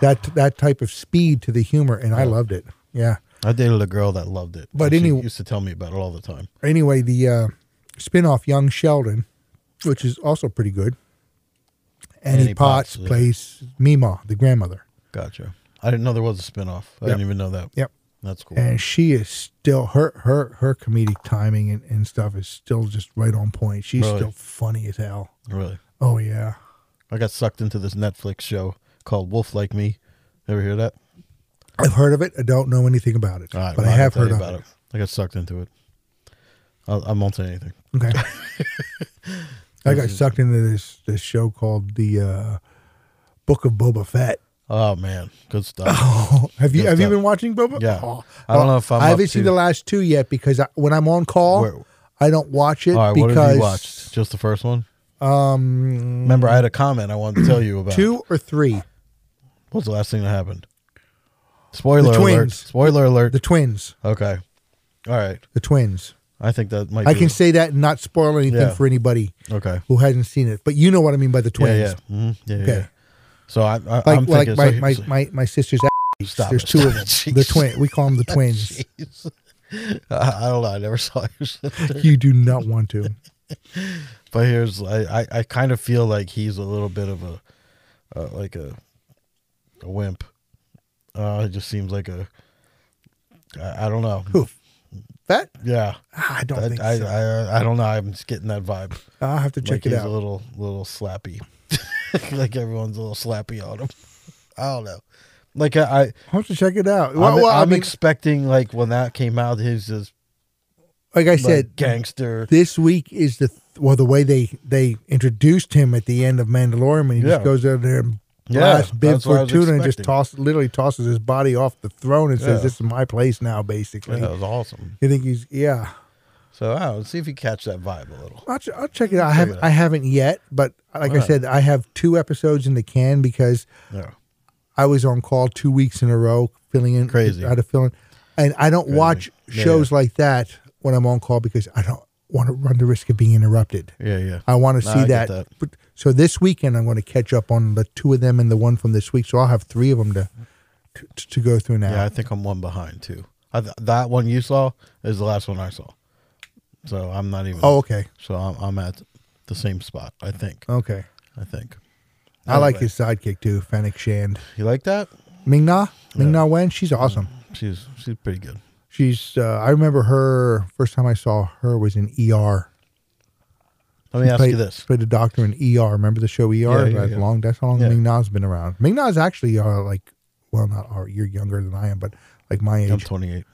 S2: that that type of speed to the humor, and I loved it. Yeah.
S3: I dated a girl that loved it.
S2: But
S3: and she
S2: any-
S3: used to tell me about it all the time.
S2: anyway, the uh, spin-off Young Sheldon, which is also pretty good. Annie,
S3: Annie
S2: Potts,
S3: Potts, yeah.
S2: plays Mima, the grandmother.
S3: Gotcha. I didn't know there was a spinoff. I
S2: Yep.
S3: didn't even know that.
S2: Yep.
S3: That's cool.
S2: And she is still her her her comedic timing and, and stuff is still just right on point. She's
S3: Really?
S2: still funny as hell.
S3: really.
S2: Oh yeah.
S3: I got sucked into this Netflix show called Wolf Like Me. Ever hear that?
S2: I've heard of it. I don't know anything about it,
S3: All right,
S2: but I
S3: well, can
S2: have
S3: tell
S2: heard
S3: you
S2: of
S3: about it. I got sucked into it. I'll, I won't say anything.
S2: it. Okay. I got sucked into this this show called the uh, Book of Boba Fett.
S3: Oh man, good stuff.
S2: Oh, have you
S3: Good
S2: have you
S3: stuff.
S2: been watching Boba?
S3: Yeah.
S2: Oh.
S3: I don't know if I'm
S2: I
S3: up
S2: haven't seen
S3: to-
S2: the last two yet because I, when I'm on call,
S3: Where-
S2: I don't watch it
S3: all right,
S2: because
S3: what have you watched? Just the first one.
S2: um
S3: Remember, I had a comment I wanted to tell you about.
S2: two or three
S3: What's the last thing that happened? Spoiler alert!
S2: twins.
S3: Spoiler alert!
S2: the twins
S3: okay. All right.
S2: the twins
S3: I think that might.
S2: I
S3: be
S2: can say that and not spoil anything
S3: Yeah.
S2: for anybody
S3: okay.
S2: who hasn't seen it. But you know what I mean by the
S3: Yeah,
S2: twins.
S3: yeah. Mhm. yeah, yeah,
S2: Okay.
S3: yeah. So I, I I'm
S2: Like like
S3: thinking.
S2: my,
S3: so-
S2: my,
S3: so-
S2: my my sister's. ass.
S3: Stop
S2: There's
S3: it,
S2: two
S3: stop
S2: of them.
S3: it, jeez.
S2: The twin. We call them the twins.
S3: Jeez. I, I don't know. I never saw your sister.
S2: you do not want to.
S3: But here's I, I, I kind of feel like he's a little bit of a uh, like a a wimp. Uh, it just seems like a I, I don't know.
S2: Who? That
S3: Yeah,
S2: Ah, I don't
S3: I,
S2: think
S3: I,
S2: so.
S3: I I don't know. I'm just getting that vibe.
S2: I, will have to
S3: like
S2: check
S3: he's
S2: it out.
S3: a little little slappy. like everyone's a little slappy on him. I don't know. Like I, I
S2: I'll have to check it out.
S3: I'm,
S2: Well, well, I
S3: I'm
S2: mean,
S3: expecting like when that came out, he's just
S2: like I
S3: like,
S2: said,
S3: gangster.
S2: this week is the th- well the way they they introduced him at the end of Mandalorian when he
S3: Yeah.
S2: just goes out there and
S3: Yeah,
S2: blasts Bib
S3: that's what I was
S2: Fortuna and just
S3: expecting.
S2: tosses literally tosses his body off the throne and says
S3: Yeah.
S2: this is my place now basically.
S3: Yeah, that was awesome.
S2: You think he's yeah.
S3: So I don't know, see if you catch that vibe a little.
S2: I'll, ch- I'll check it out. I
S3: Check
S2: haven't
S3: it out.
S2: I haven't yet, but like I
S3: Alright.
S2: said, I have two episodes in the can because
S3: Yeah.
S2: I was on call two weeks in a row, filling in
S3: Crazy.
S2: out of filling, and I don't watch
S3: Yeah,
S2: shows like that when I'm on call because I don't want to run the risk of being interrupted.
S3: Yeah, yeah.
S2: I want to
S3: Nah,
S2: see
S3: I
S2: that.
S3: get that.
S2: But, so this weekend I'm going to catch up on the two of them and the one from this week. So I'll have three of them to to, to go through now.
S3: Yeah, I think I'm one behind too. I th- that one you saw is the last one I saw. So I'm not even.
S2: oh, okay, Oh.
S3: So I'm, I'm at the same spot. I think.
S2: okay.
S3: I think.
S2: I like
S3: Anyway.
S2: his sidekick too, Fennec Shand.
S3: You like that?
S2: Ming Na, Ming Na Wen, she's awesome.
S3: She's she's pretty good.
S2: She's uh, I remember her first time I saw her was in ER.
S3: Let me ask
S2: played,
S3: you this.
S2: Played a doctor in ER. Remember the show ER?
S3: Yeah, yeah,
S2: That's
S3: yeah.
S2: long. That's how long
S3: Yeah.
S2: Ming Na's been around. Ming Na's actually uh, like, well, not our, you're younger than I am, but like my
S3: I'm
S2: age.
S3: 28.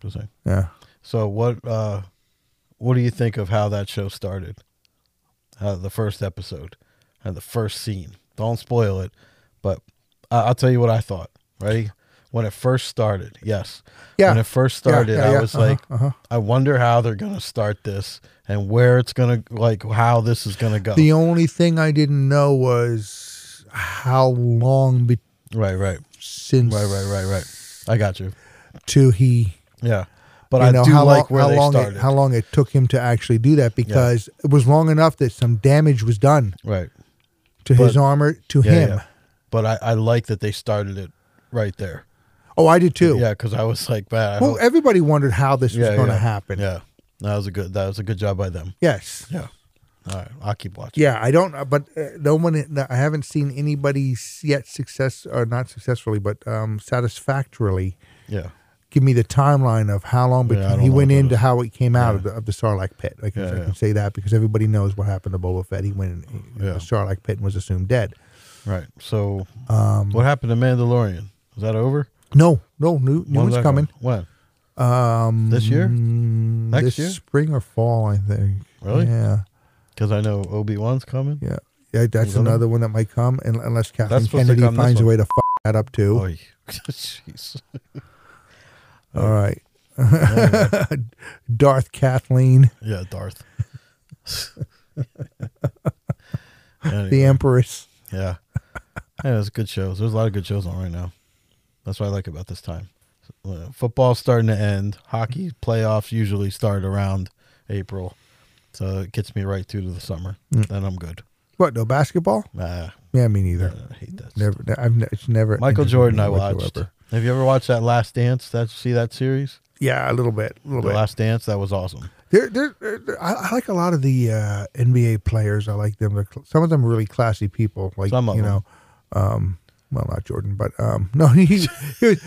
S3: Just saying.
S2: yeah.
S3: So what uh, what do you think of how that show started? Uh, the first episode, and the first scene. Don't spoil it, but I- I'll tell you what I thought. Ready? When it first started, yes.
S2: Yeah.
S3: When it first
S2: Yeah,
S3: started,
S2: yeah, yeah,
S3: I was
S2: uh-huh,
S3: like,
S2: uh-huh.
S3: I wonder how they're gonna start this and where it's gonna like how this is gonna go.
S2: The only thing I didn't know was how long be-
S3: right, right,
S2: since
S3: right, right, right, right. I got you.
S2: to he.
S3: Yeah, but
S2: you
S3: I
S2: know,
S3: do
S2: how long,
S3: like where
S2: how
S3: they
S2: long
S3: started.
S2: It, how long it took him to actually do that because it was long enough that some damage was done
S3: right.
S2: to his
S3: But-
S2: armor, to
S3: Yeah,
S2: him.
S3: yeah. But I, I like that they started it right there.
S2: Oh, I did too.
S3: Yeah, because I was like, man, I
S2: Well,
S3: don't-
S2: everybody wondered how this was
S3: yeah,
S2: going to
S3: yeah.
S2: happen.
S3: Yeah, that was a good. That was a good job by them.
S2: Yes.
S3: Yeah. All right, I'll keep watching.
S2: Yeah, I don't, uh, but uh, no one. no, I haven't seen anybody s- yet success or not successfully, but um, satisfactorily
S3: Yeah.
S2: give me the timeline of how long
S3: Yeah, I
S2: between
S3: don't
S2: he
S3: know
S2: went
S3: what that
S2: into
S3: is.
S2: how it came out of, the, of the Sarlacc pit. I can,
S3: Yeah,
S2: I
S3: yeah.
S2: can say that because everybody knows what happened to Boba Fett. He went in in
S3: Yeah.
S2: the Sarlacc pit and was assumed dead.
S3: Right. So,
S2: Um,
S3: what happened to Mandalorian? Is that over?
S2: No, no, new, new
S3: When's
S2: one's
S3: that
S2: coming.
S3: When? Um. This year?
S2: Mm,
S3: Next
S2: this
S3: year?
S2: spring or fall, I think.
S3: Really?
S2: Yeah,
S3: Because I know Obi Wan's coming.
S2: yeah, yeah. That's
S3: Another one?
S2: another one that might come, un- unless Kathleen
S3: supposed to
S2: Kennedy
S3: come this
S2: finds a
S3: one.
S2: way to f- that up too.
S3: Oh, jeez.
S2: All right.
S3: Oh,
S2: Darth Kathleen,
S3: Yeah, Darth.
S2: the
S3: Anyway,
S2: Empress.
S3: yeah. Yeah, it's good shows. There's a lot of good shows on right now. That's what I like about this time. Uh, football's starting to end. Hockey playoffs usually start around April, so it gets me right through to the summer. Then I'm good.
S2: What? No basketball?
S3: Nah,
S2: Yeah, me neither.
S3: I hate that. stuff.
S2: Never. I've ne- it's never.
S3: Michael
S2: interested
S3: Jordan,
S2: me
S3: I watched.
S2: whatsoever.
S3: Have you ever watched that Last Dance? That see that series,
S2: Yeah, a little bit. A little
S3: the
S2: bit.
S3: Last Dance. That was awesome.
S2: There, there, there- I, I like a lot of the uh, NBA players. I like them. They're cl- some of them are really classy people. Like
S3: Some of
S2: you
S3: them.
S2: know, um, well, not Jordan, but um, no, he, he was-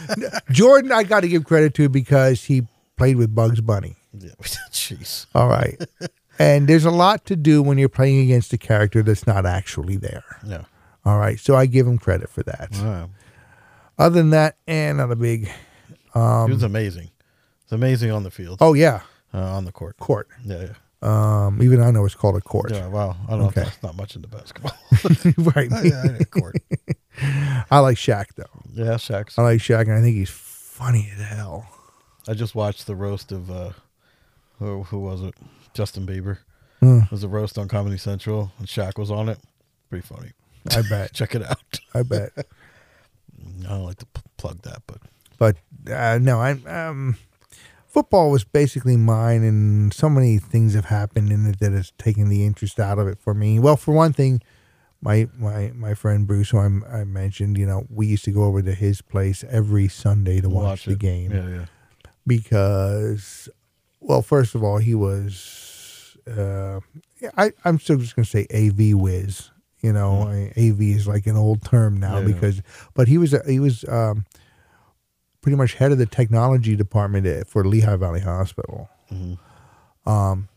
S2: Jordan. I got to give credit to because he played with Bugs Bunny.
S3: Yeah, jeez.
S2: All right, and there's a lot to do when you're playing against a character that's not actually there.
S3: Yeah.
S2: All right, so I give him credit for that.
S3: All right.
S2: Other than that, and not a big.
S3: he was amazing. It's amazing on the field,
S2: Oh yeah,
S3: uh, on the court.
S2: court.
S3: Yeah, yeah.
S2: Um, even I know it's called a court.
S3: Yeah, wow. I don't
S2: Okay.
S3: know. That's not much into basketball.
S2: right.
S3: I, I didn't court.
S2: I like Shaq though.
S3: Yeah, Shaq's.
S2: I like Shaq, and I think he's funny as hell.
S3: I just watched the roast of, uh, who, who was it? Justin Bieber.
S2: Hmm.
S3: It was a roast on Comedy Central, and Shaq was on it. Pretty funny.
S2: I bet.
S3: Check it out.
S2: I bet.
S3: I don't like to p- plug that, but
S2: But uh, no, I'm. Um, football was basically mine, and so many things have happened in it that has taken the interest out of it for me. Well, for one thing, my my my friend Bruce, who I'm, I mentioned, you know, we used to go over to his place every Sunday to watch, the
S3: it.
S2: game
S3: Yeah, yeah.
S2: because, well, first of all, he was. Uh, yeah, I I'm still just gonna say AV whiz. You know, I- AV is like an old term now
S3: Yeah.
S2: because, but he was a- he was um, pretty much head of the technology department at, for Lehigh Valley Hospital.
S3: Mm-hmm.
S2: Um,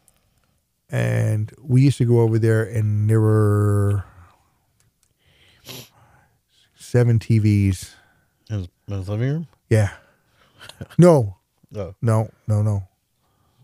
S2: and we used to go over there, and there were seven TVs.
S3: In his, in his living room?
S2: Yeah. No,
S3: Oh,
S2: no, no, no.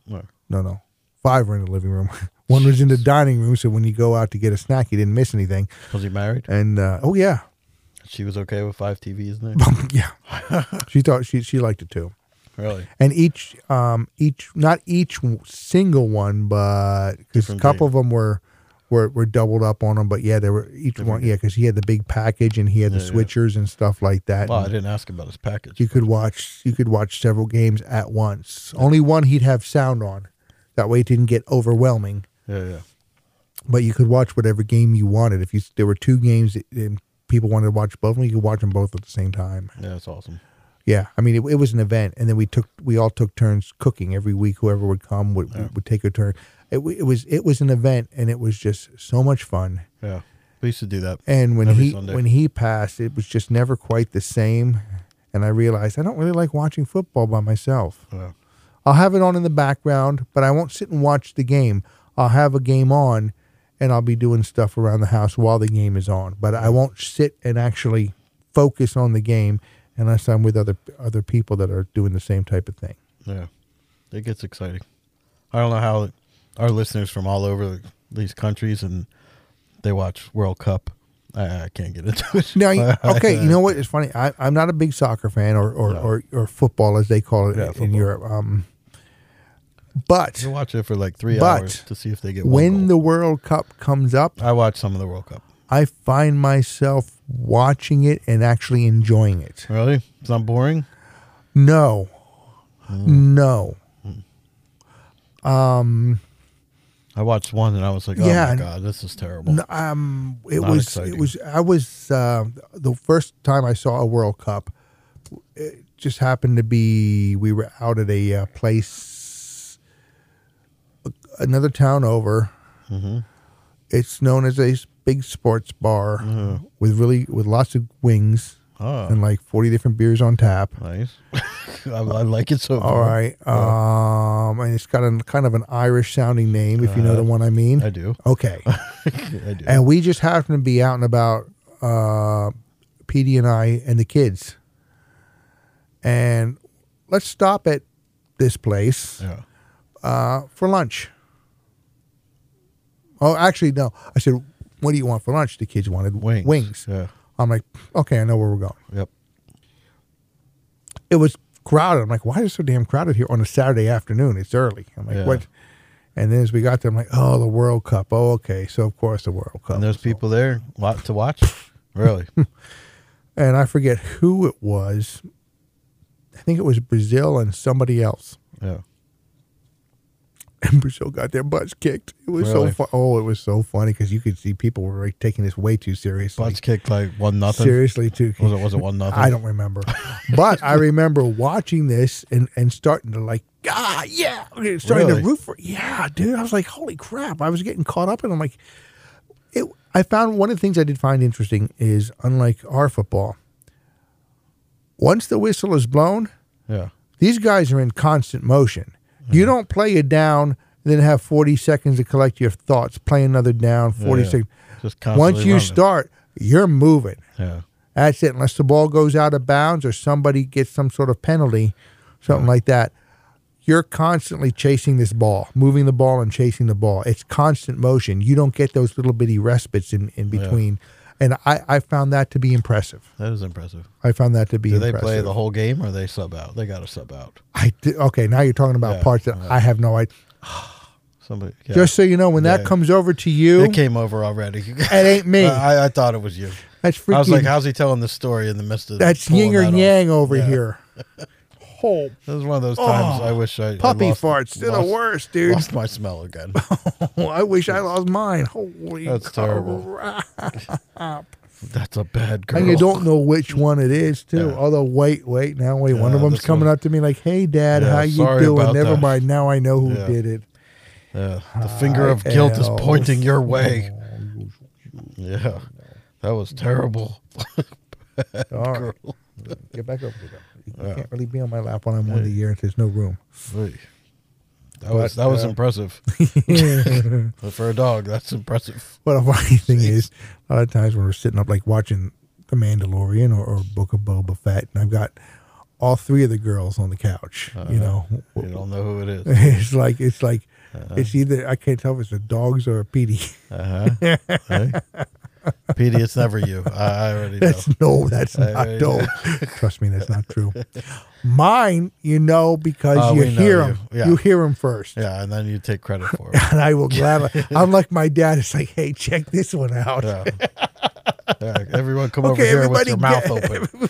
S3: no.
S2: No, no. Five were in the living room. One was in the dining room, so when you go out to get a snack, you didn't miss anything.
S3: Was he married?
S2: And uh, oh yeah,
S3: She was okay with five TVs in there?
S2: yeah. she thought she she liked it too.
S3: really?
S2: And each um each not each w- single one, but because a
S3: Different
S2: couple of them were. Were, were doubled up on them, but yeah, they were each one. Yeah, because he had the big package and he had the
S3: Yeah, yeah.
S2: switchers and stuff like that.
S3: Well, I
S2: and-
S3: didn't ask about his package.
S2: you could watch you could watch several games at once. Only one he'd have sound on. That way it didn't get overwhelming.
S3: Yeah, yeah.
S2: But you could watch whatever game you wanted. If you there were two games that and people wanted to watch both of them, you could watch them both at the same time.
S3: Yeah, that's awesome.
S2: Yeah, I mean it, it was an event, and then we took we all took turns cooking every week. Whoever would come would would take a turn. It, w- it was it was an event, and it was just so much fun.
S3: Yeah. We used to do that.
S2: And when
S3: Every
S2: he
S3: Sunday.
S2: when he passed, it was just never quite the same. And I realized I don't really like watching football by myself.
S3: Yeah.
S2: I'll have it on in the background, but I won't sit and watch the game. I'll have a game on and I'll be doing stuff around the house while the game is on, but I won't sit and actually focus on the game unless I'm with other other people that are doing the same type of thing.
S3: Yeah. It gets exciting. I don't know how our listeners from all over these countries and they watch World Cup. I, I can't get into it.
S2: Now, you- okay, you know what? It's funny. I, I'm not a big soccer fan or or,
S3: No.
S2: or, or football as they call it
S3: Yeah,
S2: in
S3: football.
S2: Europe. Um, but
S3: You watch it for like three
S2: But
S3: hours to see if they get one
S2: when the
S3: goal.
S2: World Cup comes up,
S3: I watch some of the World Cup.
S2: I find myself watching it and actually enjoying it.
S3: Really? It's not boring?
S2: No. No.
S3: I watched one and I was like, oh
S2: Yeah,
S3: my
S2: and-
S3: god, this is terrible.
S2: N- Um it
S3: Not
S2: was
S3: exciting.
S2: it was I was uh, the first time I saw a World Cup it just happened to be we were out at a uh, place another town over. Mm-hmm. It's known as a s- big sports bar with really with lots of wings
S3: Ah.
S2: and like 40 different beers on tap.
S3: Nice. I, I like it so
S2: All
S3: far.
S2: right. Um, and it's got a kind of an Irish sounding name, if you
S3: Uh-huh.
S2: know the one I mean.
S3: I do.
S2: Okay.
S3: I do.
S2: and we just happened to be out and about, uh, PD and I and the kids. And let's stop at this place
S3: yeah.
S2: uh, for lunch. Oh, actually, no. I said, what do you want for lunch? The kids wanted
S3: Wings.
S2: Wings.
S3: Yeah.
S2: I'm like, okay, I know where we're going.
S3: Yep.
S2: it was crowded. I'm like, why is it so damn crowded here on a Saturday afternoon? It's early. I'm like,
S3: Yeah.
S2: what? And then as we got there, I'm like, oh, the World Cup. Oh, okay. So of course the World Cup.
S3: And there's
S2: So-
S3: people there lot to watch. Really?
S2: And I forget who it was. I think it was Brazil and somebody else.
S3: yeah.
S2: And Brazil got their butts kicked. It was
S3: Really?
S2: so fun. Oh, it was so funny because you could see people were like, taking this way too seriously.
S3: Butts kicked like one nothing.
S2: seriously too.
S3: Was it was it one nothing?
S2: I don't remember, but I remember watching this and, and starting to like, ah, yeah, okay, starting
S3: Really?
S2: to root for, yeah, dude. I was like, holy crap! I was getting caught up, and I'm like, it. I found one of the things I did find interesting is unlike our football, once the whistle is blown,
S3: Yeah.
S2: these guys are in constant motion. You
S3: Mm-hmm.
S2: don't play a down, then have 40 seconds to collect your thoughts, play another down, 40
S3: yeah.
S2: seconds.
S3: Just
S2: Once
S3: constantly
S2: you
S3: running.
S2: start, you're moving.
S3: Yeah.
S2: That's it. Unless the ball goes out of bounds or somebody gets some sort of penalty, something like that. You're constantly chasing this ball, moving the ball and chasing the ball. It's constant motion. You don't get those little bitty respites in, in between. And I, I found that to be impressive.
S3: That is impressive.
S2: I found that to be
S3: Do they
S2: impressive.
S3: play the whole game or they sub out? They got to sub out.
S2: I did, okay, now you're talking about
S3: Yeah,
S2: parts that I have no idea.
S3: Somebody. Yeah.
S2: Just so you know, when that
S3: Yeah.
S2: comes over to you,
S3: it
S2: it
S3: came over already.
S2: ain't me.
S3: I, I thought it was you.
S2: that's freaking.
S3: I was like, how's he telling the story in the midst of
S2: that's
S3: pulling
S2: yin or
S3: that off?
S2: yang over
S3: Yeah.
S2: here. whole
S3: That was one of those times
S2: Oh,
S3: I wish I I
S2: puppy
S3: lost-
S2: farts. They're the
S3: lost-
S2: worst, dude.
S3: Lost my smell again.
S2: Oh, I wish I lost mine. Holy
S3: That's terrible.
S2: crap.
S3: That's a bad girl.
S2: And you don't know which one it is, too.
S3: Yeah.
S2: Although, wait, wait, now wait. one
S3: Yeah,
S2: of them's
S3: this
S2: coming
S3: one-
S2: up to me like, "Hey, Dad,
S3: Yeah,
S2: how you
S3: sorry
S2: doing?"
S3: about
S2: Never
S3: that.
S2: mind. Now I know who
S3: Yeah.
S2: did it.
S3: Yeah, the finger of guilt is
S2: Hell.
S3: pointing your way. Yeah, that was terrible.
S2: All right. Get back over here. though. You can't really be on my lap when I'm on the air. There's no room.
S3: That was that was
S2: uh,
S3: impressive for a dog. That's impressive.
S2: Well, the funny thing is, a lot of times when we're sitting up, like watching The Mandalorian or, or Book of Boba Fett, and I've got all three of the girls on the couch.
S3: Uh-huh.
S2: you know,
S3: You don't know who it is.
S2: it's like it's like
S3: Uh-huh.
S2: it's either I can't tell if it's the dogs or a
S3: Oh.
S2: PD.
S3: Petey, it's never you. I, I already know.
S2: That's no, that's not
S3: yeah.
S2: no. Trust me, that's not true. Mine, you know, because
S3: Oh,
S2: you
S3: we know
S2: hear
S3: you.
S2: them. You,
S3: Yeah.
S2: hear them first.
S3: Yeah, and then you take credit for it.
S2: And I will gladly. I'm like my dad. It's like, hey, check this one out.
S3: Yeah. Yeah, everyone come over
S2: Okay,
S3: here with
S2: everybody,
S3: your mouth
S2: get-
S3: open.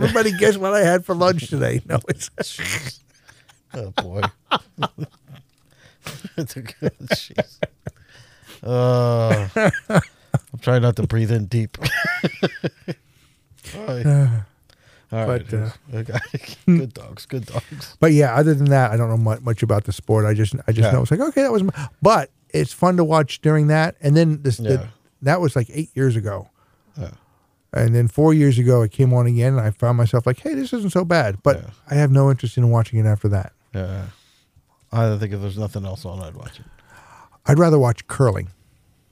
S2: everybody, guess what I had for lunch today? No, it's
S3: Oh boy. That's a good. Jeez. Uh, I'm trying not to breathe in deep. All right. All right.
S2: Uh, but, uh,
S3: okay. good dogs. Good dogs.
S2: But yeah, other than that, I don't know much, much about the sport. I just I just
S3: Yeah.
S2: know it's like okay, that was. My, but it's fun to watch during that, and then this the-
S3: Yeah.
S2: that was like eight years ago, and then four years ago it came on again, and I found myself like, hey, this isn't so bad. But
S3: Yeah.
S2: I have no interest in watching it after that.
S3: Yeah. I think if there's nothing else on, I'd watch it.
S2: I'd rather watch curling.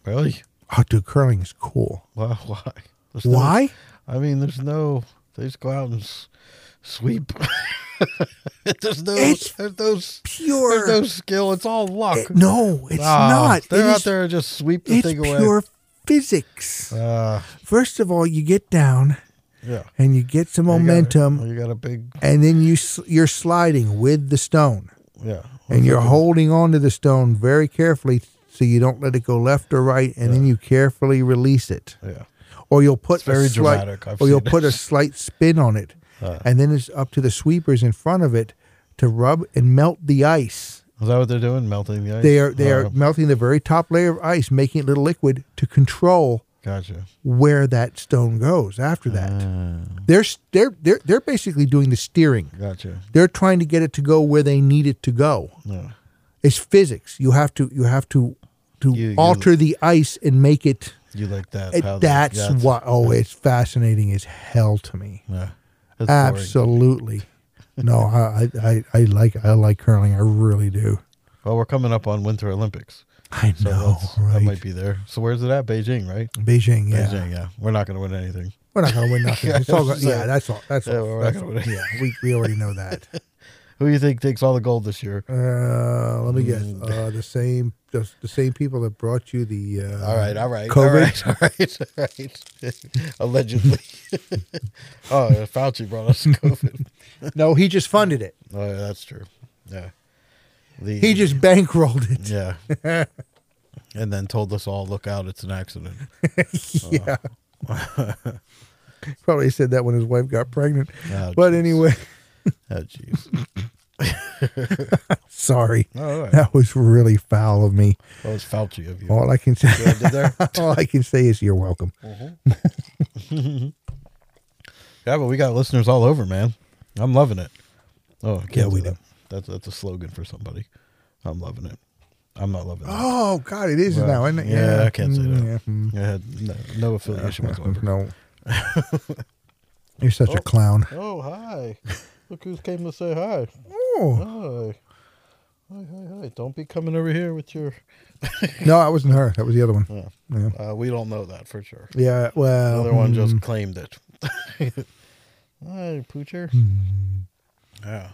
S3: Really?
S2: Oh, dude, curling is cool.
S3: Why? Why? There's no-
S2: Why?
S3: I mean, there's no. They just go out and s- sweep. there's no.
S2: It's
S3: there's no. s-
S2: Pure.
S3: There's no skill. It's all luck.
S2: it- no, it's
S3: Ah,
S2: not. It
S3: They're out
S2: is-
S3: there and just sweep the
S2: It's
S3: thing away.
S2: pure physics.
S3: Uh,
S2: First of all, you get down
S3: yeah.
S2: and you get some momentum.
S3: You got, a, you got a big
S2: and then you s- you're sliding with the stone
S3: yeah.
S2: and you're
S3: Mm-hmm.
S2: holding on to the stone very carefully so you don't let it go left or right and then you carefully release it
S3: Yeah.
S2: or you'll put
S3: very
S2: a slight,
S3: dramatic. I've
S2: or you'll
S3: seen it. Uh.
S2: put a slight spin on it and then it's up to the sweepers in front of it to rub and melt the ice
S3: Is that what they're doing? Melting the ice?
S2: they are they
S3: Uh,
S2: are melting the very top layer of ice making it little liquid to control
S3: gotcha.
S2: where that stone goes after that
S3: Ah.
S2: they're s- they're they're they're basically doing the steering
S3: Gotcha.
S2: they're trying to get it to go where they need it to go.
S3: Yeah.
S2: It's physics. You have to you have to to
S3: You- you-
S2: alter the ice and make it.
S3: You like that?
S2: it-
S3: how they-
S2: that's
S3: yeah, it's-
S2: what. Oh, it's fascinating as hell to me.
S3: Yeah. That's boring.
S2: Absolutely. no, I, I I- I like I like curling. I really do.
S3: Well, we're coming up on Winter Olympics.
S2: I
S3: So
S2: know,
S3: that's- that
S2: right?
S3: might be there. So where's it at? Beijing, right?
S2: Beijing, yeah.
S3: Beijing, yeah. We're not going to win anything.
S2: We're not gonna win nothing. It's all go-
S3: So-
S2: yeah, that's all. That's all.
S3: Yeah, we're not
S2: that's
S3: gonna
S2: all.
S3: win
S2: yeah, we, we already know that.
S3: Who do you think takes all the gold this year?
S2: Uh, let me guess.
S3: Mm.
S2: Uh, the same the, the same people that brought you the uh,
S3: All right, all right, all
S2: COVID?
S3: right, all right, all right. Allegedly. oh, Fauci brought us COVID.
S2: No, he just funded it.
S3: Oh, yeah, that's true. Yeah. The,
S2: He just bankrolled it.
S3: yeah. and then told us all, look out, it's an accident.
S2: Yeah. Probably said that when his wife got pregnant.
S3: Oh,
S2: but
S3: jeez.
S2: anyway,
S3: Oh, jeez.
S2: sorry.
S3: Oh, all right.
S2: That was really foul of me.
S3: That was Fauci of you.
S2: All I can say
S3: See what I did there?
S2: all I can say is you're welcome.
S3: Yeah, but we got listeners all over, man. I'm loving it. Oh, I can't
S2: Yeah, we
S3: say
S2: do.
S3: that. That's that's a slogan for somebody. I'm loving it. I'm not loving it.
S2: Oh God, it is
S3: Well,
S2: now, isn't it?
S3: Yeah, I can't say
S2: Mm,
S3: that.
S2: yeah, mm.
S3: I had no, no affiliation whatsoever.
S2: No. you're such a clown.
S3: Oh, hi. Look who's came to say hi.
S2: Oh.
S3: Hi. Hi, hi, hi. Don't be coming over here with your.
S2: No, that wasn't her. That was the other one. Yeah.
S3: Uh, we don't know that for sure.
S2: Yeah, well
S3: The other one
S2: mm,
S3: just claimed it. Hi, Poocher.
S2: Mm.
S3: Yeah.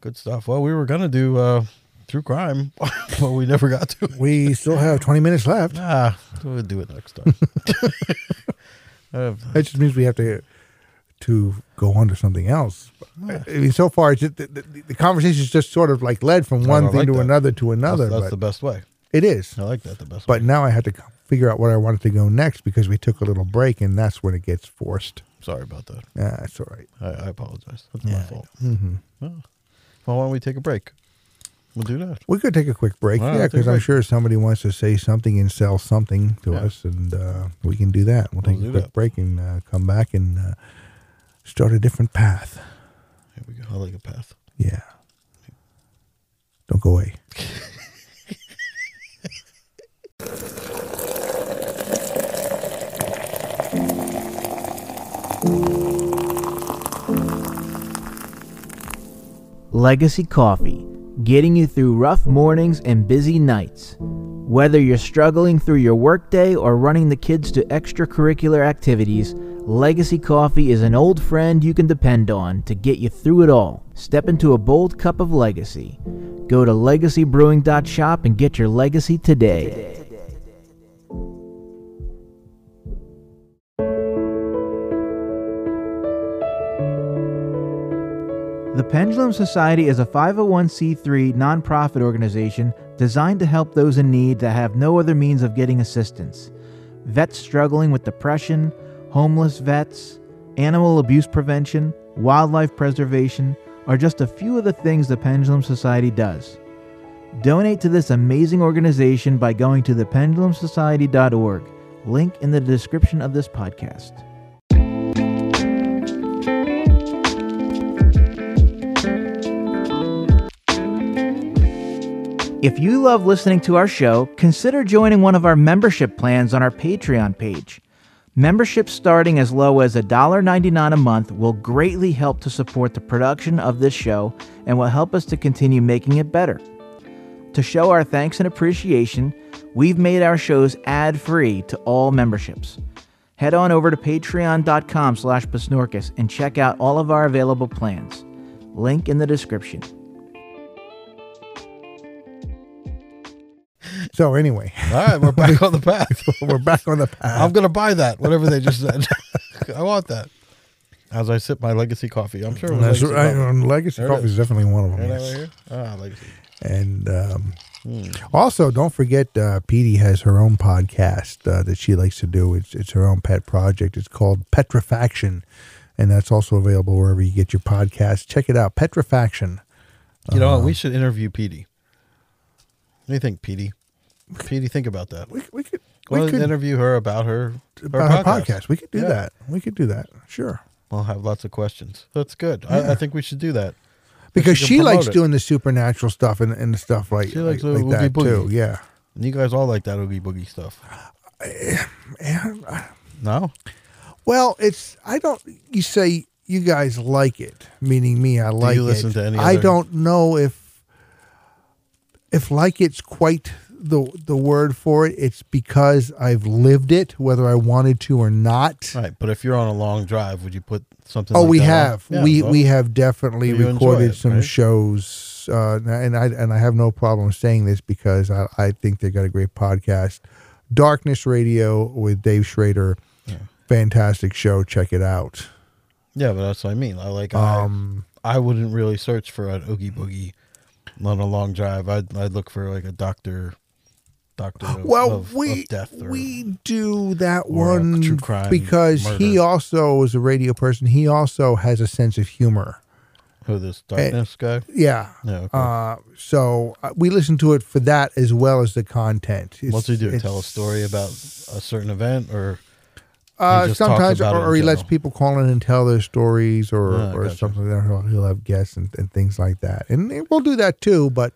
S3: Good stuff. Well, we were going to do uh, True Crime, but we never got to it.
S2: we still have twenty minutes left.
S3: Ah, we'll do it next time. Uh,
S2: That just means we have to to go on to something else. I I mean, so far, it's just, the, the, the conversation is just sort of like led from one
S3: I
S2: thing
S3: like
S2: to
S3: that.
S2: another to another.
S3: that's, that's
S2: but
S3: the best way.
S2: it is.
S3: I like that the best
S2: But now I have to come figure out what I wanted to go next because we took a little break, and that's when it gets forced.
S3: Sorry about that.
S2: Ah, that's all right.
S3: I, I apologize. That's
S2: Yeah,
S3: my
S2: I
S3: fault.
S2: Mm-hmm.
S3: Well, well, why don't we take a break? We'll do that.
S2: We could take a quick break,
S3: All right,
S2: yeah,
S3: take a
S2: because I'm
S3: break.
S2: sure somebody wants to say something and sell something to
S3: Yeah.
S2: us, and uh, we can do that. We'll
S3: We'll
S2: take a
S3: do
S2: quick
S3: that.
S2: break and uh, come back and uh, start a different path.
S3: Here we go. I like a path.
S2: Yeah. Don't go away.
S4: Legacy Coffee, getting you through rough mornings and busy nights. Whether you're struggling through your workday or running the kids to extracurricular activities, Legacy Coffee is an old friend you can depend on to get you through it all. Step into a bold cup of legacy. Go to legacybrewing.shop and get your legacy today. The Pendulum Society is a 501c3 nonprofit organization designed to help those in need that have no other means of getting assistance. Vets struggling with depression, homeless vets, animal abuse prevention, wildlife preservation are just a few of the things the Pendulum Society does. Donate to this amazing organization by going to thependulumsociety.org, link in the description of this podcast. If you love listening to our show, consider joining one of our membership plans on our Patreon page. Memberships starting as low as $1.99 a month will greatly help to support the production of this show and will help us to continue making it better. To show our thanks and appreciation, we've made our shows ad-free to all memberships. Head on over to patreon.com slash Pasnorkus and check out all of our available plans. Link in the description.
S2: So anyway,
S3: All right, we're back on the path.
S2: we're back on the path.
S3: I'm gonna buy that. Whatever they just said, I want that. As I sip my legacy coffee, I'm sure. it was
S2: That's
S3: legacy
S2: right.
S3: coffee.
S2: and Legacy
S3: There it
S2: Coffee is
S3: is. Hmm.
S2: definitely one of them.
S3: Right out
S2: yes.
S3: here? Ah, legacy.
S2: And um, also, don't forget, uh, Petey has her own podcast uh, that she likes to do. It's it's her own pet project. It's called Petrifaction, and that's also available wherever you get your podcast. Check it out, Petrifaction.
S3: You know
S2: Uh,
S3: what? We should interview Petey. What do you think, Petey? Petey, think about that.
S2: We, we could we
S3: We'll
S2: could
S3: interview her about her, her
S2: about her podcast. We could do
S3: Yeah.
S2: that. We could do that. Sure.
S3: We'll have lots of questions. That's good. I, I think we should do that.
S2: Because
S3: can
S2: she
S3: promote
S2: likes
S3: it.
S2: doing the supernatural stuff and, and the stuff like,
S3: She likes
S2: like,
S3: the
S2: like that
S3: Oogie
S2: too.
S3: Boogie.
S2: Yeah.
S3: And you guys all like that oogie boogie stuff.
S2: Uh,
S3: No,
S2: Well, it's I don't. You say you guys like it, meaning me. I like.
S3: you listen
S2: it.
S3: to any
S2: I
S3: other-
S2: don't know if if like it's quite the the word for it. It's because I've lived it, whether I wanted to or not.
S3: right? But if you're on a long drive, would you put something?
S2: Oh,
S3: like
S2: we
S3: that on?
S2: have.
S3: Yeah,
S2: we
S3: well,
S2: we have definitely
S3: you enjoy
S2: recorded
S3: it,
S2: some
S3: right?
S2: shows, uh, and I and I have no problem saying this because I, I think they got a great podcast, Darkness Radio with Dave Schrader. Fantastic show. Check it out.
S3: Yeah, but that's what I mean. I like.
S2: Um,
S3: I, I wouldn't really search for an oogie boogie on a long drive. I'd I'd look for like a doctor, doctor. Of,
S2: well
S3: of- of
S2: we
S3: death or,
S2: we do that
S3: or a
S2: one
S3: true crime
S2: because he
S3: murder.
S2: also is a radio person he also has a sense of humor
S3: who this darkness guy.
S2: yeah
S3: Yeah. Okay.
S2: eh, uh, so uh, we listen to it for that as well as the content it's,
S3: What's he do?
S2: it's-
S3: Tell a story about a certain event or
S2: uh,
S3: just talks
S2: sometimes
S3: about
S2: or,
S3: it in
S2: or he lets
S3: general.
S2: people call in and tell their stories or,
S3: Ah,
S2: or
S3: gotcha.
S2: something there he'll, he'll have guests and, and things like that and we'll do that too but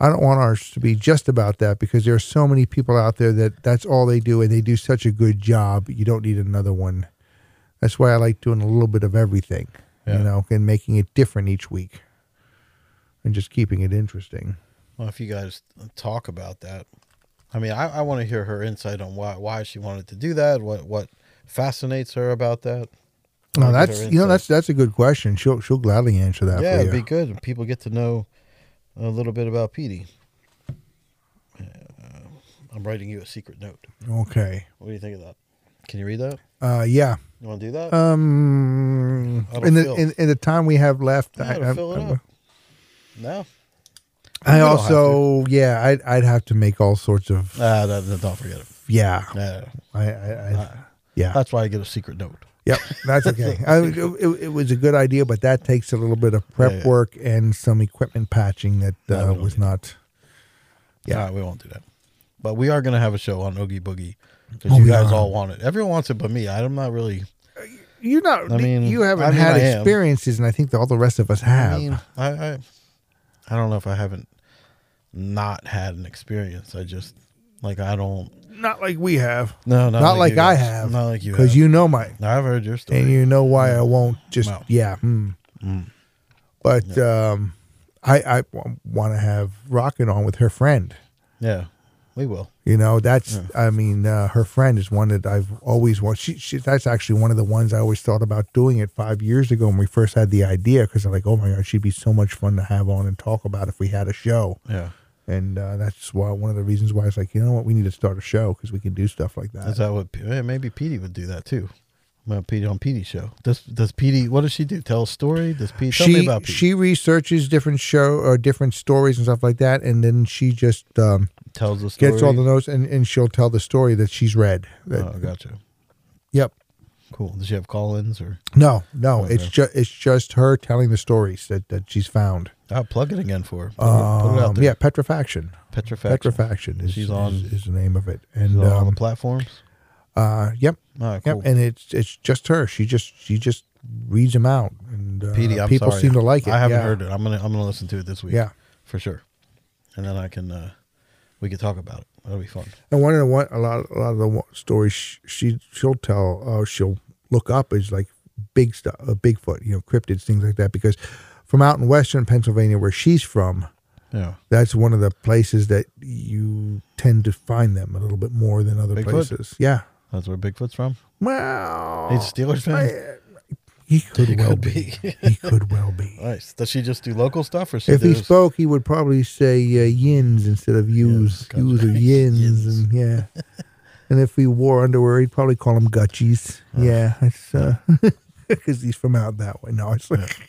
S2: I don't want ours to be just about that because there are so many people out there that that's all they do and they do such a good job. You don't need another one. That's why I like doing a little bit of everything,
S3: Yeah.
S2: you know, and making it different each week and just keeping it interesting.
S3: well, if you guys talk about that. I mean, I, I want to hear her insight on why why she wanted to do that. What what fascinates her about that?
S2: No,
S3: Look at
S2: that's
S3: her
S2: you know
S3: insight.
S2: that's that's a good question. She'll she'll gladly answer that
S3: yeah,
S2: for you.
S3: it'd be good. People get to know a little bit about Petey. Uh, I'm writing you a secret note.
S2: okay.
S3: What do you think of that? Can you read that?
S2: Uh, yeah.
S3: You want to do
S2: Uh,
S3: that?
S2: Um,
S3: That'll
S2: in the
S3: fill.
S2: in, in the time we have left,
S3: Yeah,
S2: I,
S3: to fill it
S2: I-
S3: up. No.
S2: I
S3: We don't have
S2: also yeah, I'd I'd have to make all sorts of
S3: Ah, that, that- don't forget it.
S2: Yeah.
S3: Yeah. Uh,
S2: I, I, I yeah.
S3: That's why I get a secret note.
S2: Yep, that's okay. I, it, it was a good idea, but that takes a little bit of prep
S3: Yeah, yeah.
S2: work and some equipment patching that
S3: we
S2: uh,
S3: don't
S2: was
S3: need
S2: not. Yeah.
S3: Yeah, we won't do that. But we are going to have a show on Oogie Boogie because
S2: Oh,
S3: you
S2: we
S3: guys
S2: are.
S3: all want it. Everyone wants it, but me. I'm not really.
S2: You're not.
S3: I mean-
S2: you haven't
S3: I mean,
S2: had
S3: I am.
S2: experiences, and I think that all the rest of us
S3: I
S2: have.
S3: mean, I, I, I don't know if I haven't not had an experience. I just like I don't.
S2: not like we have.
S3: No, not,
S2: Not like
S3: you
S2: I
S3: guys.
S2: have,
S3: Not like you.
S2: Because
S3: Because
S2: you know my,
S3: I've heard your story.
S2: and you know why I won't just
S3: Wow.
S2: yeah. mm. But um, I I want to have Rocket on with her friend.
S3: yeah, we will.
S2: You know, that's I mean, uh, her friend is one that I've always wanted. She, she that's actually one of the ones I always thought about doing it five years ago when we first had the idea because I'm like, oh my god, she'd be so much fun to have on and talk about if we had a show.
S3: Yeah.
S2: And uh, that's why one of the reasons why it's like, you know what, we need to start a show because we can do stuff like that.
S3: Is that what? P- eh, Maybe Petey would do that too. Well, Petey on Petey's show. Does does Petey? What does she do? Tell a story. Does Petey? Tell
S2: she
S3: me about Petey.
S2: she researches different show or different stories and stuff like that, and then she just um,
S3: tells the story.
S2: gets all the notes and, and she'll tell the story that she's read. That-
S3: Oh, gotcha.
S2: Yep.
S3: Cool. Does she have call-ins or?
S2: No, no, it's just it's just her telling the stories that, that she's found.
S3: I'll plug it again for her. Put, it- put it out
S2: Um,
S3: there.
S2: yeah, petrifaction.
S3: Petrifaction.
S2: Petrifaction is,
S3: She's on-
S2: is, is the name of it,
S3: Is it
S2: and
S3: on all the
S2: um,
S3: platforms.
S2: uh, yep,
S3: All right,
S2: yep,
S3: cool.
S2: and it's it's just her. She just she just reads them out, and uh,
S3: Petey, I'm
S2: people
S3: sorry.
S2: seem to like it.
S3: I haven't
S2: yeah.
S3: heard it. I'm gonna I'm gonna listen to it this week.
S2: Yeah.
S3: for sure. And then I can uh we can talk about it. That'll be fun.
S2: And one of the one a lot a lot of the wa- stories sh- she she'll tell uh, she'll look up is like big stuff, uh, Bigfoot, you know, cryptids, things like that. Because from out in western Pennsylvania, where she's from,
S3: Yeah,
S2: that's one of the places that you tend to find them a little bit more than other
S3: Bigfoot?
S2: places. Yeah.
S3: that's where Bigfoot's from.
S2: Well,
S3: He's a Steelers fan.
S2: he could well
S3: could
S2: be.
S3: be.
S2: he could well be.
S3: Nice. Does she just do local stuff or she
S2: If he
S3: does-
S2: spoke, he would probably say uh, yins instead of yous,
S3: gotcha.
S2: yous or yins, and yeah. and if he wore underwear, he'd probably call him gutchies. Yeah, it's because he's from out that way. No, it's like,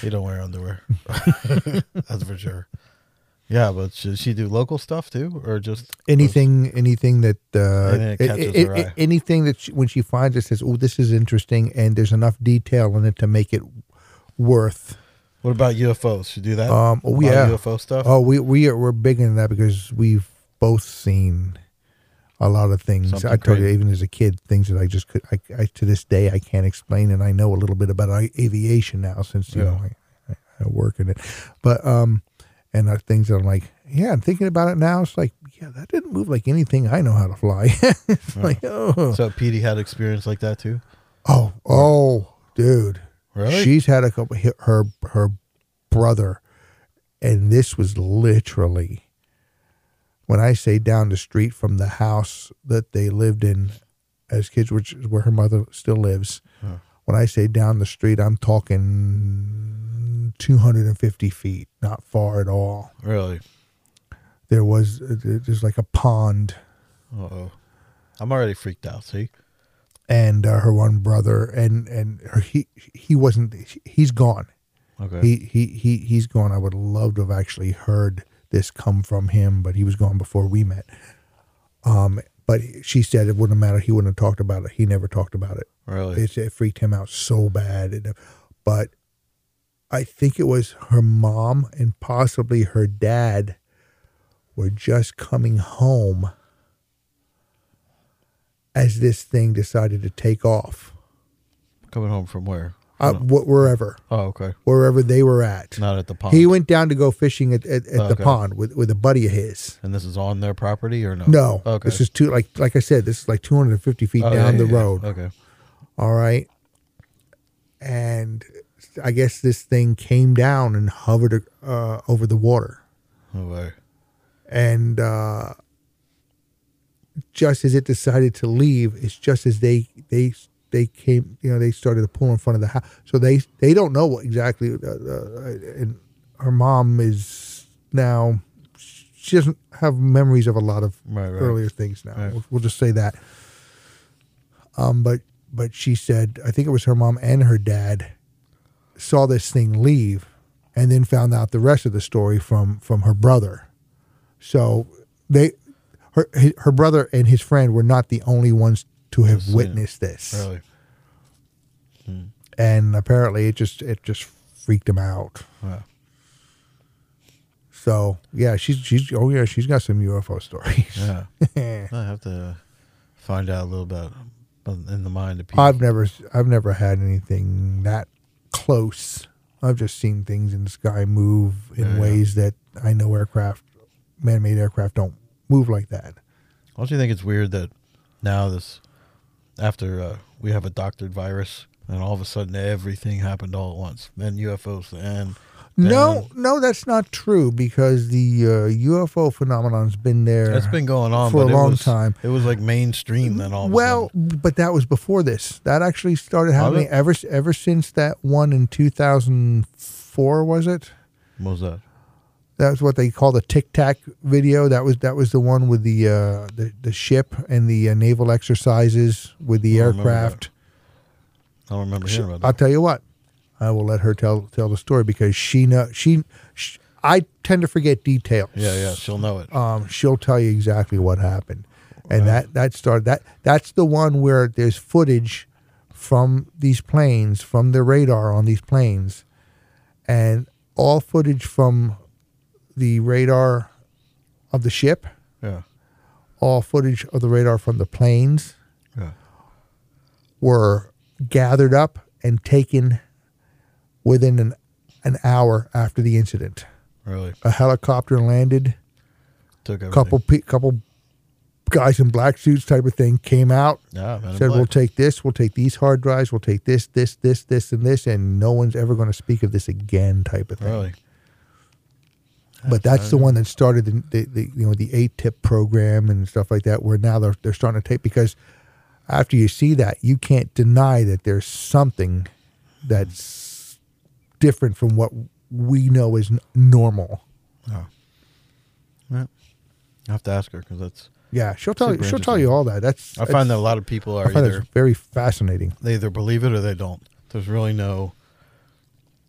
S3: He don't wear underwear. that's for sure. Yeah, but should she do local stuff too, or just
S2: anything anything that uh
S3: Anything that
S2: a-
S3: catches
S2: a-
S3: her
S2: a-
S3: eye.
S2: anything that she, when she finds it says oh this is interesting and there's enough detail in it to make it worth
S3: What about UFOs? Should do that?
S2: um oh
S3: All
S2: yeah
S3: UFO stuff.
S2: oh we we are we're big into that because we've both seen a lot of things
S3: Something
S2: i told you
S3: crazy.
S2: even as a kid things that i just could I, I to this day i can't explain and i know a little bit about a- aviation now since you
S3: Yeah.
S2: know I, I, I work in it but um and are things that i'm like yeah i'm thinking about it now it's like yeah that didn't move like anything i know how to fly it's like oh
S3: So Petey had experience like that too.
S2: oh oh dude
S3: Really?
S2: she's had a couple her- her her brother and this was literally when i say down the street from the house that they lived in as kids which is where her mother still lives when i say down the street i'm talking 250 feet not far at all
S3: Really?
S2: there was uh, there's like a pond
S3: Uh oh. I'm already freaked out. See?
S2: and uh, her one brother and and her, he he wasn't he's gone
S3: Okay.
S2: he he he he's gone. I would love to have actually heard this come from him, but he was gone before we met. Um, but she said it wouldn't matter. He wouldn't have talked about it. He never talked about it.
S3: really?
S2: It, it freaked him out so bad. It- but I think it was her mom and possibly her dad were just coming home as this thing decided to take off,
S3: Coming home from where?
S2: uh, wh- wherever
S3: Oh, okay.
S2: wherever they were at.
S3: Not at the pond.
S2: He went down to go fishing at, at, at the
S3: Okay.
S2: pond with, with a buddy of his.
S3: and this is on their property or no?
S2: No,
S3: Oh, Okay.
S2: this is two like like I said, this is like 250 feet
S3: Oh, yeah,
S2: down the
S3: yeah, yeah.
S2: road.
S3: Okay.
S2: All right, and I guess this thing came down and hovered uh, over the water,
S3: Oh, wow.
S2: and uh, just as it decided to leave, it's just as they they they came, you know, they started to pull in front of the house. So they they don't know what exactly. Uh, uh, and her mom is now she doesn't have memories of a lot of
S3: Right, right.
S2: earlier things now.
S3: Right.
S2: We'll, we'll just say that. Um, but but she said I think it was her mom and her dad saw this thing leave, and then found out the rest of the story from from her brother. So they her hi- her brother and his friend were not the only ones to have
S3: Yes, yeah.
S2: witnessed this,
S3: Really?
S2: and apparently it just it just freaked him out.
S3: Wow.
S2: So yeah, she's she's oh yeah, she's got some UFO stories.
S3: Yeah. I have to find out a little bit about uh, in the mind of people.
S2: I've never I've never had anything that close. I've just seen things in the sky move in
S3: Yeah, yeah.
S2: ways that I know aircraft, man-made aircraft, don't move like that.
S3: Don't you think it's weird that now this, after uh, we have a doctored virus, and all of a sudden everything happened all at once, then UFOs, and
S2: No, no, that's not true because the uh, UFO phenomenon's been there.
S3: that's been going on
S2: for
S3: but
S2: a
S3: it
S2: long
S3: was-
S2: time.
S3: It was like mainstream then. All of a
S2: Well,
S3: sudden.
S2: but that was before this. That actually started
S3: Was
S2: happening
S3: it?
S2: ever ever since that one in two thousand four. Was it?
S3: what was that?
S2: That's what they call the Tic Tac video. That was that was the one with the uh, the, the ship and the uh, naval exercises with the
S3: I remember that.
S2: aircraft.
S3: I don't remember hearing about
S2: I'll
S3: that.
S2: tell you what, I will let her tell tell the story because she know she, sh I tend to forget details.
S3: yeah, yeah, she'll know it.
S2: Um, she'll tell you exactly what happened, and that that started that that's the one where there's footage from these planes from the radar on these planes, and all footage from the radar of the ship,
S3: yeah,
S2: all footage of the radar from the planes
S3: yeah.
S2: were gathered up and taken within an an hour after the incident.
S3: Really
S2: A helicopter landed.
S3: took everything.
S2: couple pe- couple guys in black suits type of thing came out
S3: Yeah, man,
S2: said
S3: black.
S2: we'll take this we'll take these hard drives we'll take this this this this and this and no one's ever going to speak of this again type of thing
S3: really.
S2: but that's the one that started the, the, the you know the eight tip program and stuff like that where now they're, they're starting to take because after you see that you can't deny that there's something that's different from what we know is n- normal
S3: Yeah. I have to ask her because that's.
S2: yeah she'll tell you
S3: Super
S2: she'll tell
S3: interesting.
S2: you all that that's
S3: I find that a
S2: that's-
S3: lot of people
S2: I
S3: are
S2: find
S3: either
S2: that's very fascinating
S3: they either believe it or they don't. There's really no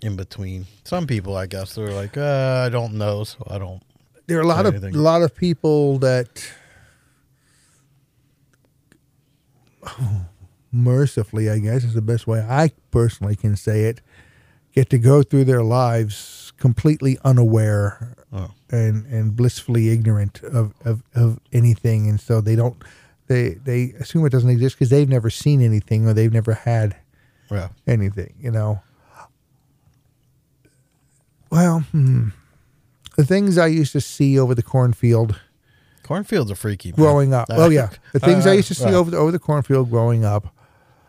S3: in between. Some people, I guess, they're like, uh, I don't know, so I don't.
S2: there are a lot
S3: Say
S2: of
S3: anything.
S2: lot of people that mercifully i guess is the best way i personally can say it get to go through their lives completely unaware
S3: Oh.
S2: and and blissfully ignorant of, of of anything and so they don't they they assume it doesn't exist because they've never seen anything or they've never had
S3: Yeah,
S2: anything, you know. Well, hmm. the things I used to see over the cornfield
S3: cornfields are freaky. man.
S2: growing up. Oh yeah, the things I used to see
S3: yeah.
S2: over the, over the cornfield growing up.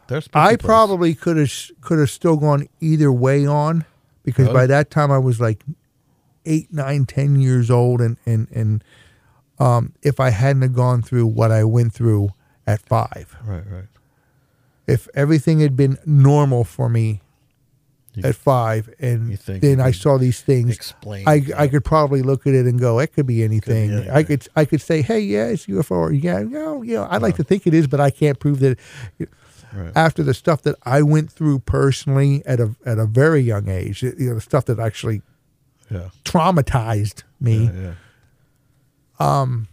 S3: They're spooky
S2: I
S3: places.
S2: probably could have could have still gone either way on because
S3: Oh.
S2: by that time I was like eight, nine, ten years old, and and and um, if I hadn't have gone through what I went through at five,
S3: right, right.
S2: if everything had been normal for me
S3: You-
S2: at five, and
S3: you think
S2: then
S3: you
S2: I
S3: can
S2: saw these things.
S3: Explain.
S2: I, I could probably look at it and go, it could be anything.
S3: anything.
S2: I could I could say, hey, yeah, it's UFO. Or, yeah, no, you know, I'd like to think it is, but I can't prove that.
S3: Right.
S2: After the stuff that I went through personally at a at a very young age, you know, the stuff that actually
S3: yeah,
S2: traumatized me.
S3: yeah, yeah.
S2: Then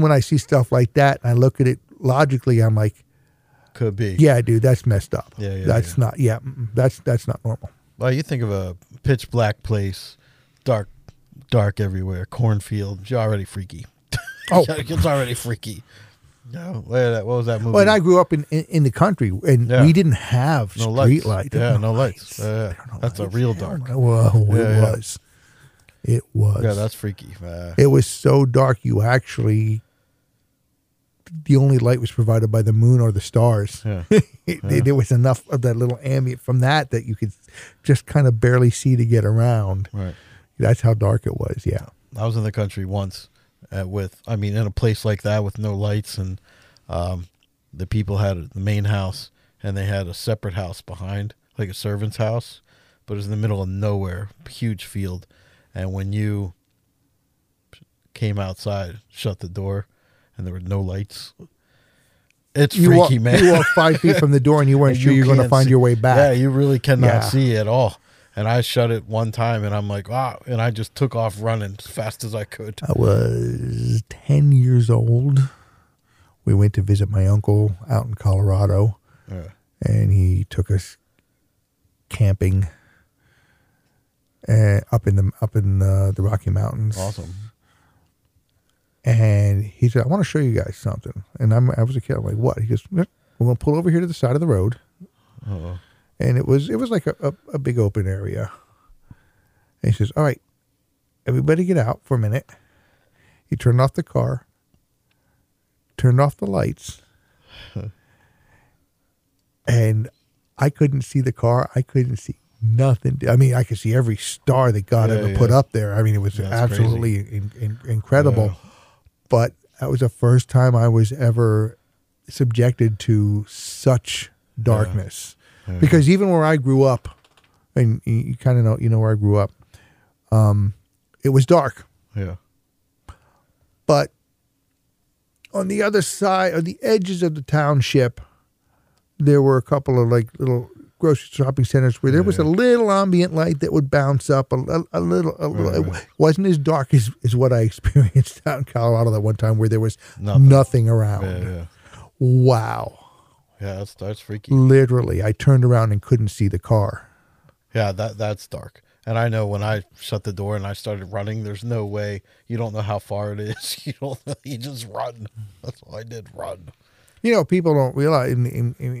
S2: when I see stuff like that, and I look at it logically. I'm like,
S3: Could be.
S2: yeah, dude, that's messed up.
S3: Yeah, yeah,
S2: that's
S3: yeah.
S2: not. Yeah, mm, that's that's not normal.
S3: Well, you think of a pitch black place, dark, dark everywhere, cornfield. You're already freaky.
S2: Oh.
S3: it's already freaky. No, what what was that movie?
S2: Well, and I grew up in, in, in the country, and
S3: Yeah.
S2: we didn't have
S3: no
S2: street
S3: lights.
S2: lights.
S3: Yeah, no lights.
S2: There
S3: Yeah,
S2: were
S3: yeah.
S2: no
S3: that's
S2: lights.
S3: a real
S2: There
S3: dark.
S2: were no- Whoa,
S3: Yeah,
S2: it
S3: yeah.
S2: was. It was.
S3: Yeah, that's freaky. Uh,
S2: It was so dark. You actually, the only light was provided by the moon or the stars.
S3: yeah.
S2: It- There was enough of that little ambient from that that you could just kind of barely see to get around.
S3: Right.
S2: That's how dark it was. Yeah.
S3: I was in the country once uh, with, I mean, in a place like that with no lights, and um, the people had the main house and they had a separate house behind, like a servant's house, but it was in the middle of nowhere, huge field. And when you came outside, shut the door, and there were no lights, it's
S2: You,
S3: freaky,
S2: walk,
S3: man.
S2: you walk five feet from the door and you weren't
S3: And
S2: sure you
S3: you
S2: are going to
S3: can't
S2: find
S3: see-
S2: your way back.
S3: Yeah, you really cannot
S2: Yeah.
S3: see at all. and I shut it one time, and I'm like, wow, and I just took off running as fast as I could.
S2: I was 10 years old. We went to visit my uncle out in Colorado,
S3: Yeah.
S2: and he took us camping uh, up in the up in uh, the, the Rocky Mountains.
S3: Awesome.
S2: And he said, "I want to show you guys something." And I'm, I was a kid. I'm like, "What?" He goes, "We're going to pull over here to the side of the road."
S3: Oh,
S2: and it was it was like a, a, a big open area. And he says, All right, everybody get out for a minute. He turned off the car, turned off the lights, and I couldn't see the car. I couldn't see nothing. I mean, I could see every star that God
S3: Yeah,
S2: ever
S3: yeah.
S2: put up there. I mean, it was
S3: That's
S2: absolutely in, in, incredible. But that was the first time I was ever subjected to such darkness. Because even where I grew up, and you, you kind of know, you know where I grew up, um, it was dark.
S3: yeah.
S2: But on the other side, on the edges of the township, there were a couple of like little grocery shopping centers where there was a little ambient light that would bounce up a, a, a little. A little. It
S3: right.
S2: wasn't as dark as, as what I experienced out in Colorado that one time where there was
S3: Nothing.
S2: nothing, around.
S3: Yeah, yeah.
S2: Wow.
S3: Yeah, that's that's freaky.
S2: Literally, I turned around and couldn't see the car.
S3: Yeah, that that's dark. And I know when I shut the door and I started running, there's no way you don't know how far it is. You don't know, you just run. That's all I did, run.
S2: You know, people don't realize. In, in, in,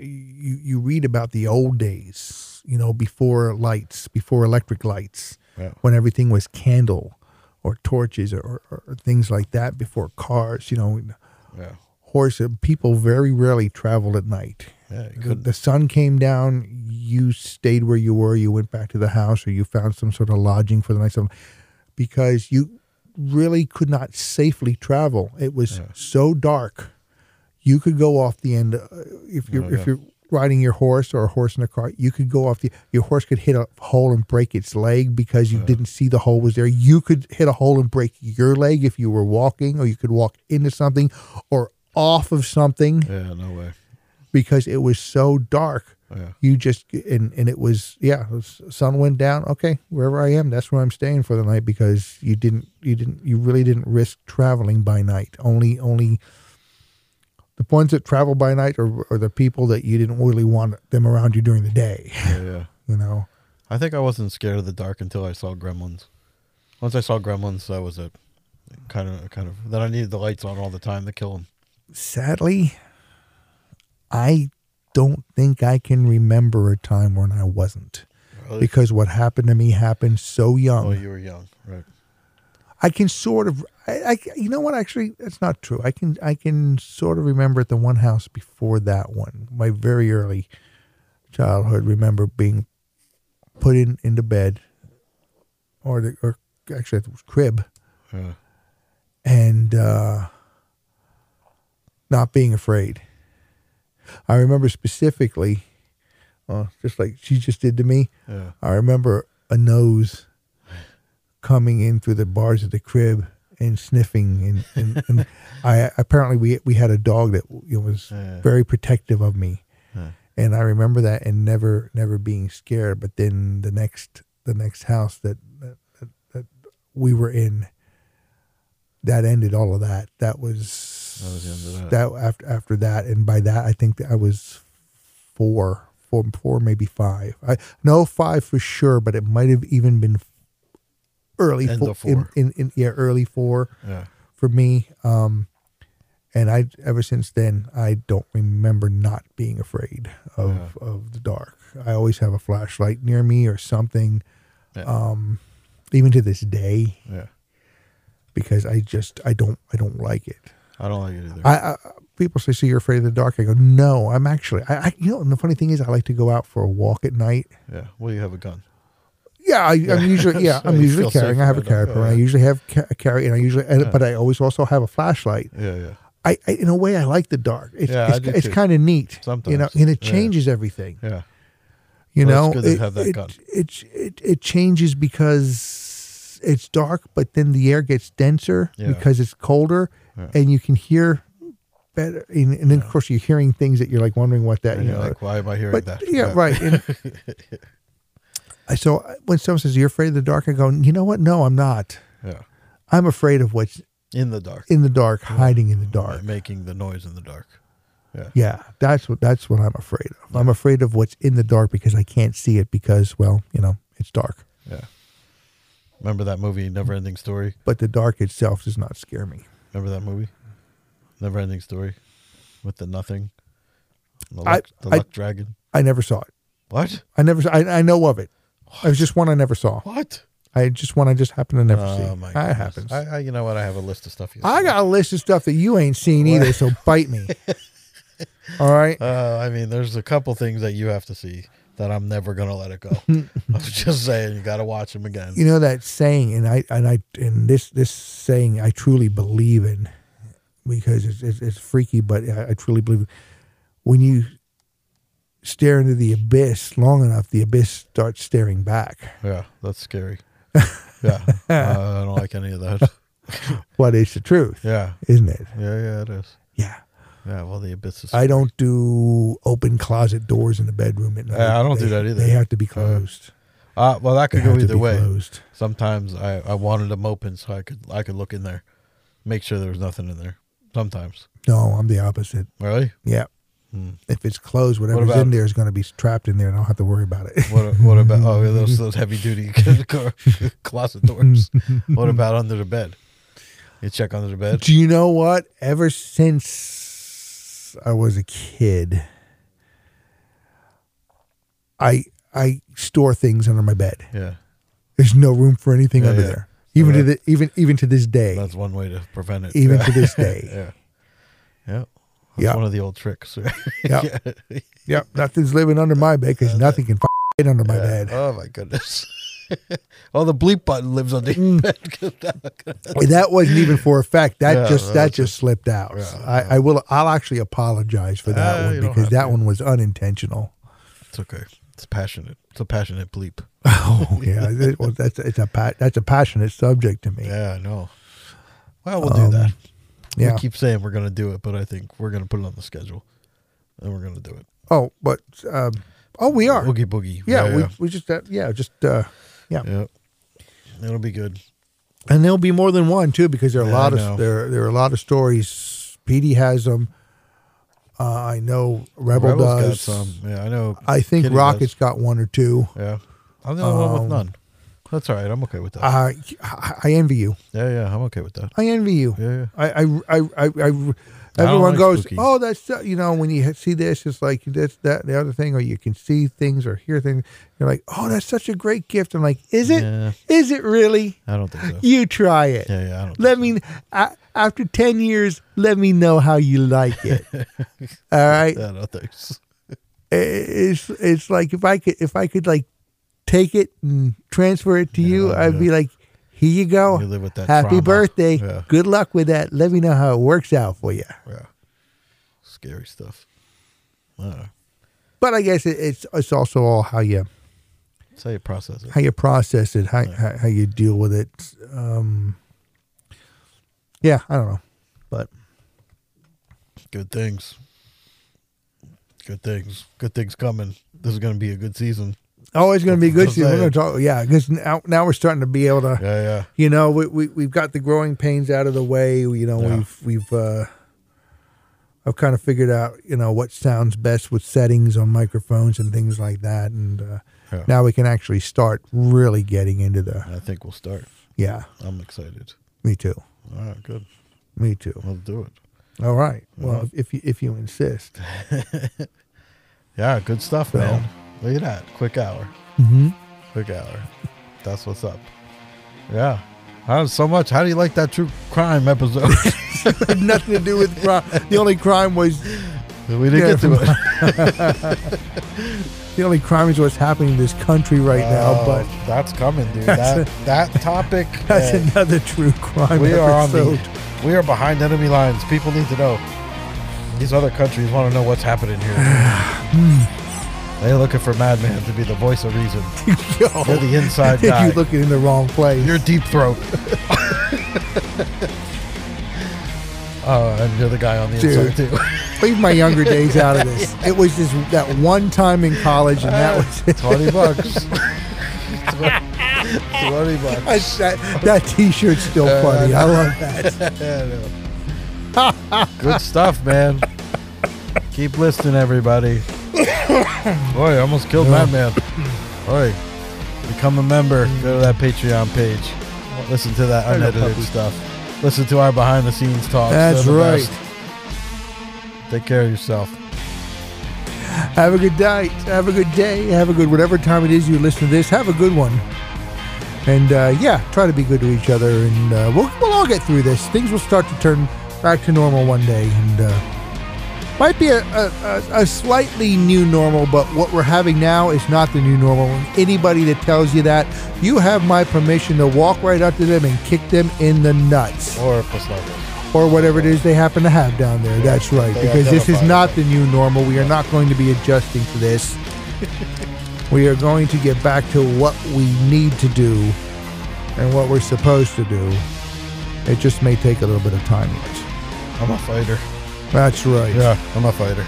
S2: you you read about the old days. You know, before lights, before electric lights,
S3: Yeah.
S2: when everything was candle or torches or, or, or things like that. Before cars, you know,
S3: Yeah.
S2: horse. uh, People very rarely traveled at night.
S3: Yeah, you
S2: The,
S3: couldn't
S2: the sun came down. You stayed where you were. You went back to the house, or you found some sort of lodging for the night, some- because you really could not safely travel. It was so dark. You could go off the end uh, if you're
S3: Oh, yeah.
S2: if you're riding your horse or a horse in a cart. You could go off the your horse could hit a hole and break its leg because you didn't see the hole was there. You could hit a hole and break your leg if you were walking, or you could walk into something, or off of something
S3: Yeah, no way.
S2: because it was so dark.
S3: Oh, Yeah.
S2: You just and and it was yeah. it was- sun went down. Okay, wherever I am, that's where I'm staying for the night because you didn't you didn't you really didn't risk traveling by night. Only only the ones that travel by night are, are the people that you didn't really want them around you during the day.
S3: Yeah, yeah.
S2: You know.
S3: I think I wasn't scared of the dark until I saw Gremlins. Once I saw Gremlins, that was it. Kind of, kind of. Then I needed the lights on all the time to kill them.
S2: Sadly, I don't think I can remember a time when I wasn't
S3: Really?
S2: because what happened to me happened so young.
S3: oh, you were young, right?
S2: I can sort of, I, I, you know what? Actually, that's not true. I can, I can sort of remember at the one house before that one, my very early childhood. Remember being put in into bed, or the, or actually it was crib,
S3: Yeah.
S2: and uh, not being afraid. I remember specifically, uh, just like she just did to me.
S3: Yeah.
S2: I remember a nose coming in through the bars of the crib and sniffing, and, and, and I apparently we we had a dog that you know, was
S3: Yeah.
S2: very protective of me,
S3: Yeah.
S2: and I remember that and never never being scared. But then the next the next house that that, that, that we were in, that ended all of that. That was
S3: That was the end of
S2: that after after that, and by that I think that I was four, four, four, maybe five. I no five for sure, but it might have even been early
S3: End
S2: fo-
S3: of
S2: in-
S3: four.
S2: in, in yeah early four
S3: Yeah.
S2: for me. Um, and I ever since then I don't remember not being afraid of of the dark. I always have a flashlight near me or something,
S3: Yeah.
S2: um, even to this day
S3: Yeah.
S2: because I just I don't I don't like it.
S3: I don't like it either.
S2: I, I people say, "So you're afraid of the dark?" I go, "No, I'm actually. I, I you know, and the funny thing is, I like to go out for a walk at night.
S3: yeah. Well, you have a gun.
S2: Yeah, I, I'm usually yeah,
S3: So
S2: I'm
S3: you
S2: usually
S3: feel safe
S2: carrying. I have a
S3: about that.
S2: carry
S3: Yeah,
S2: around. I
S3: yeah.
S2: usually have ca- a carry, and I usually, and, but I always also have a flashlight.
S3: Yeah. Yeah.
S2: I, I in a way, I like the dark. It's
S3: Yeah, I
S2: it's,
S3: do
S2: it's
S3: too.
S2: kind of neat. you know,
S3: Sometimes.
S2: and it
S3: Yeah.
S2: changes everything.
S3: Yeah.
S2: You
S3: Well,
S2: know,
S3: it's good to have that
S2: it,
S3: gun.
S2: it it it changes because it's dark, but then the air gets denser
S3: Yeah.
S2: because it's colder,
S3: Yeah.
S2: and you can hear better. And, and then, of course, you're hearing things that you're like wondering what that
S3: And
S2: you
S3: you're
S2: know.
S3: like, why am I hearing
S2: but
S3: that?
S2: yeah, right. and- I- So when someone says you're afraid of the dark, I go, you know what? No, I'm not.
S3: Yeah.
S2: I'm afraid of what's
S3: In the dark.
S2: in the dark, hiding in the dark.
S3: By making the noise in the dark.
S2: Yeah, that's what that's what I'm afraid of. I'm afraid of what's in the dark because I can't see it because, well, you know, it's dark.
S3: Yeah. Remember that movie, Never Ending Story?
S2: But the dark itself does not scare me.
S3: Remember that movie? Never Ending Story with the nothing. The
S2: I-
S3: luck, the
S2: I-
S3: luck dragon.
S2: I never saw it.
S3: What?
S2: I never. saw- I I know of it. It was just one I never saw.
S3: What?
S2: I just one I just happened to never see.
S3: Oh my god.
S2: that happens. I,
S3: I, I, you know what? I have a list of stuff. you-
S2: got a list of stuff that you ain't seen either, so bite me. All right.
S3: Uh, I mean, there's a couple things that you have to see that I'm never gonna let it go. I'm just saying, you gotta watch them again.
S2: you know that saying and i and i and this this saying i truly believe in because it's it's, it's freaky but I, I truly believe it. when you stare into the abyss long enough the abyss starts staring back
S3: Yeah, that's scary. Yeah, uh, I don't like any of that.
S2: but it's the truth
S3: Yeah,
S2: isn't it
S3: yeah, yeah, it is.
S2: yeah
S3: Yeah, well, the abyss is.
S2: i don't do open closet doors in the bedroom at night
S3: Yeah, I don't do
S2: They-
S3: that either.
S2: they have to be closed
S3: Uh, well, that
S2: they
S3: could go
S2: have to
S3: either
S2: be
S3: way.
S2: closed
S3: Sometimes I, I wanted them open so I could I could look in there, make sure there was nothing in there. Sometimes,
S2: no i'm the opposite
S3: really.
S2: yeah if it's closed whatever's
S3: Hmm. about-
S2: in there is going to be trapped in there and i don't have to worry about it
S3: What what about oh yeah, those those heavy duty closet doors? What about under the bed? You check under the bed.
S2: Do you know what? Ever since I was a kid, I I store things under my bed.
S3: Yeah,
S2: There's no room for anything
S3: Yeah,
S2: under
S3: yeah.
S2: there. Even to
S3: Yeah.
S2: the even even to this day.
S3: that's one way to prevent it.
S2: Even
S3: yeah.
S2: to this day.
S3: yeah, yeah. That's
S2: Yeah.
S3: one of the old tricks.
S2: Yeah. yep. Nothing's living under my bed because nothing can f- get under my bed.
S3: Oh my goodness. oh, the bleep button lives under
S2: Mm.
S3: your bed.
S2: that wasn't even for a fact. That
S3: Yeah,
S2: just that
S3: that's
S2: just slipped out.
S3: yeah,
S2: I, I will. I'll actually apologize for that
S3: Ah,
S2: one
S3: you don't
S2: because
S3: have
S2: that
S3: to.
S2: one was unintentional.
S3: it's okay. It's passionate. It's a passionate bleep.
S2: Oh yeah, It- well, that's it's a pa- that's a passionate subject to me.
S3: Yeah, I know. Well, we'll do that.
S2: Um, yeah.
S3: We keep saying we're going to do it, but I think we're going to put it on the schedule, and we're going to do it.
S2: Oh, but um, oh, we are.
S3: Boogie boogie.
S2: Yeah, we,
S3: yeah.
S2: we just uh, yeah, just uh, yeah.
S3: Yep. It'll be good.
S2: and there'll be more than one too because there are a
S3: Yeah,
S2: lot
S3: I
S2: of
S3: know.
S2: there there are a lot of stories. Petey has them. Uh, I know Rebel
S3: Rebel's
S2: does.
S3: got some. Yeah, I know.
S2: I think
S3: Kitty
S2: Rocket's
S3: does.
S2: got one or two.
S3: Yeah. I'm the only one
S2: Um,
S3: with none. That's all right. I'm okay with that.
S2: Uh, I, I envy you.
S3: yeah, yeah. I'm okay with that.
S2: I envy you.
S3: Yeah, yeah.
S2: I, I, I, I, I everyone
S3: like
S2: goes,
S3: spooky.
S2: oh, that's uh, you know, when you ha- see this, it's like this, that, the other thing, or you can see things or hear things. You're like, oh, that's such a great gift. I'm like, is it? Is
S3: Yeah.
S2: it really?
S3: I don't think so.
S2: You try it.
S3: Yeah, yeah. I don't.
S2: Let me a after ten years. Let me know how you like it. All right.
S3: Yeah, no thanks.
S2: I- It's it's like if I could if I could like take it and transfer it to you,
S3: Yeah,
S2: I'd
S3: yeah.
S2: be like, here you go.
S3: You live with that
S2: Happy
S3: trauma.
S2: birthday.
S3: Yeah.
S2: Good luck with that. Let me know how it works out for you.
S3: Yeah. Scary stuff. Uh,
S2: But I guess it, it's it's also all how you
S3: that's how you process it.
S2: how you process it, how how, how you deal with it. Um, yeah, I don't know, but
S3: Good things. Good things. Good things coming. This is going to be a good season.
S2: oh, it's going to be good.
S3: Just
S2: season. We're going
S3: saying.
S2: to talk. Yeah, because now now we're starting to be able to.
S3: Yeah, yeah.
S2: you know we, we we've got the growing pains out of the way you know
S3: Yeah.
S2: we've we've uh i've kind of figured out you know what sounds best with settings on microphones and things like that and uh,
S3: Yeah.
S2: now we can actually start really getting into the
S3: I think we'll start.
S2: yeah
S3: I'm excited.
S2: me too
S3: All right, good.
S2: me too
S3: We'll do it.
S2: all right well
S3: Mm-hmm.
S2: if you if you insist
S3: Yeah, good stuff,
S2: So-
S3: man. Look at that. Quick hour.
S2: Mm-hmm.
S3: Quick hour. That's what's up. Yeah. How, so much. How do you like that true crime episode?
S2: had nothing to do with crime the only crime was
S3: we didn't
S2: Yeah,
S3: get to
S2: from-
S3: it.
S2: the only crime is what's happening in this country right now
S3: Oh,
S2: but
S3: that's coming, dude. That that topic.
S2: that's
S3: uh,
S2: another true crime
S3: we are on
S2: episode.
S3: the we are behind enemy lines. People need to know. These other countries want to know what's happening here.
S2: Hmm.
S3: They're looking for Madman to be the voice of reason.
S2: Yo,
S3: You're the inside guy.
S2: you're looking in the wrong place
S3: You're deep throat. Oh, and you're the guy on the
S2: Dude.
S3: inside too.
S2: Leave my younger days out
S3: Uh,
S2: of this. It was just that one time in college, and that was it.
S3: Twenty bucks. Twenty bucks.
S2: I, that, that T-shirt's still funny. I love that.
S3: Good stuff, man. Keep listening, everybody. Boy, I almost killed
S2: Yeah.
S3: that man. Boy, become a member. Go to that Patreon page. Listen to that
S2: Hello,
S3: unedited
S2: puppy.
S3: stuff. Listen to our behind the scenes talks.
S2: That's
S3: They're the
S2: right.
S3: best. Take care of yourself.
S2: Have a good night. Have a good day. Have a good whatever time it is you listen to this. Have a good one. And uh, yeah, try to be good to each other, and uh, we'll, we'll all get through this. Things will start to turn back to normal one day, and uh, might be a, a, a, a slightly new normal. But what we're having now is not the new normal. And anybody that tells you that, you have my permission to walk right up to them and kick them in the nuts.
S3: Or Paslava.
S2: or whatever it is they happen to have down there. That's right,
S3: They
S2: because this is
S3: identify
S2: not
S3: it.
S2: the new normal. We are not going to be adjusting to this. we are going to get back to what we need to do and what we're supposed to do. It just may take a little bit of time. yet.
S3: I'm a fighter.
S2: That's right.
S3: Yeah, I'm a fighter.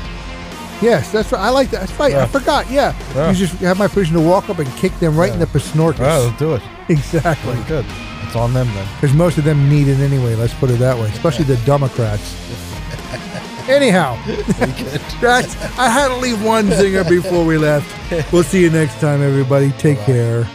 S2: Yes, that's right. I like that. That's right. I
S3: Yeah.
S2: forgot. Yeah.
S3: Yeah.
S2: You just have my permission to walk up and kick them right in the
S3: Yeah.
S2: pesnorkus.
S3: All right, let's do it.
S2: Exactly.
S3: Pretty good. It's on them then.
S2: Because most of them need it anyway, let's put it that way, especially the Democrats. Anyhow, that's, I had to leave one zinger before we left. We'll see you next time, everybody. Take care.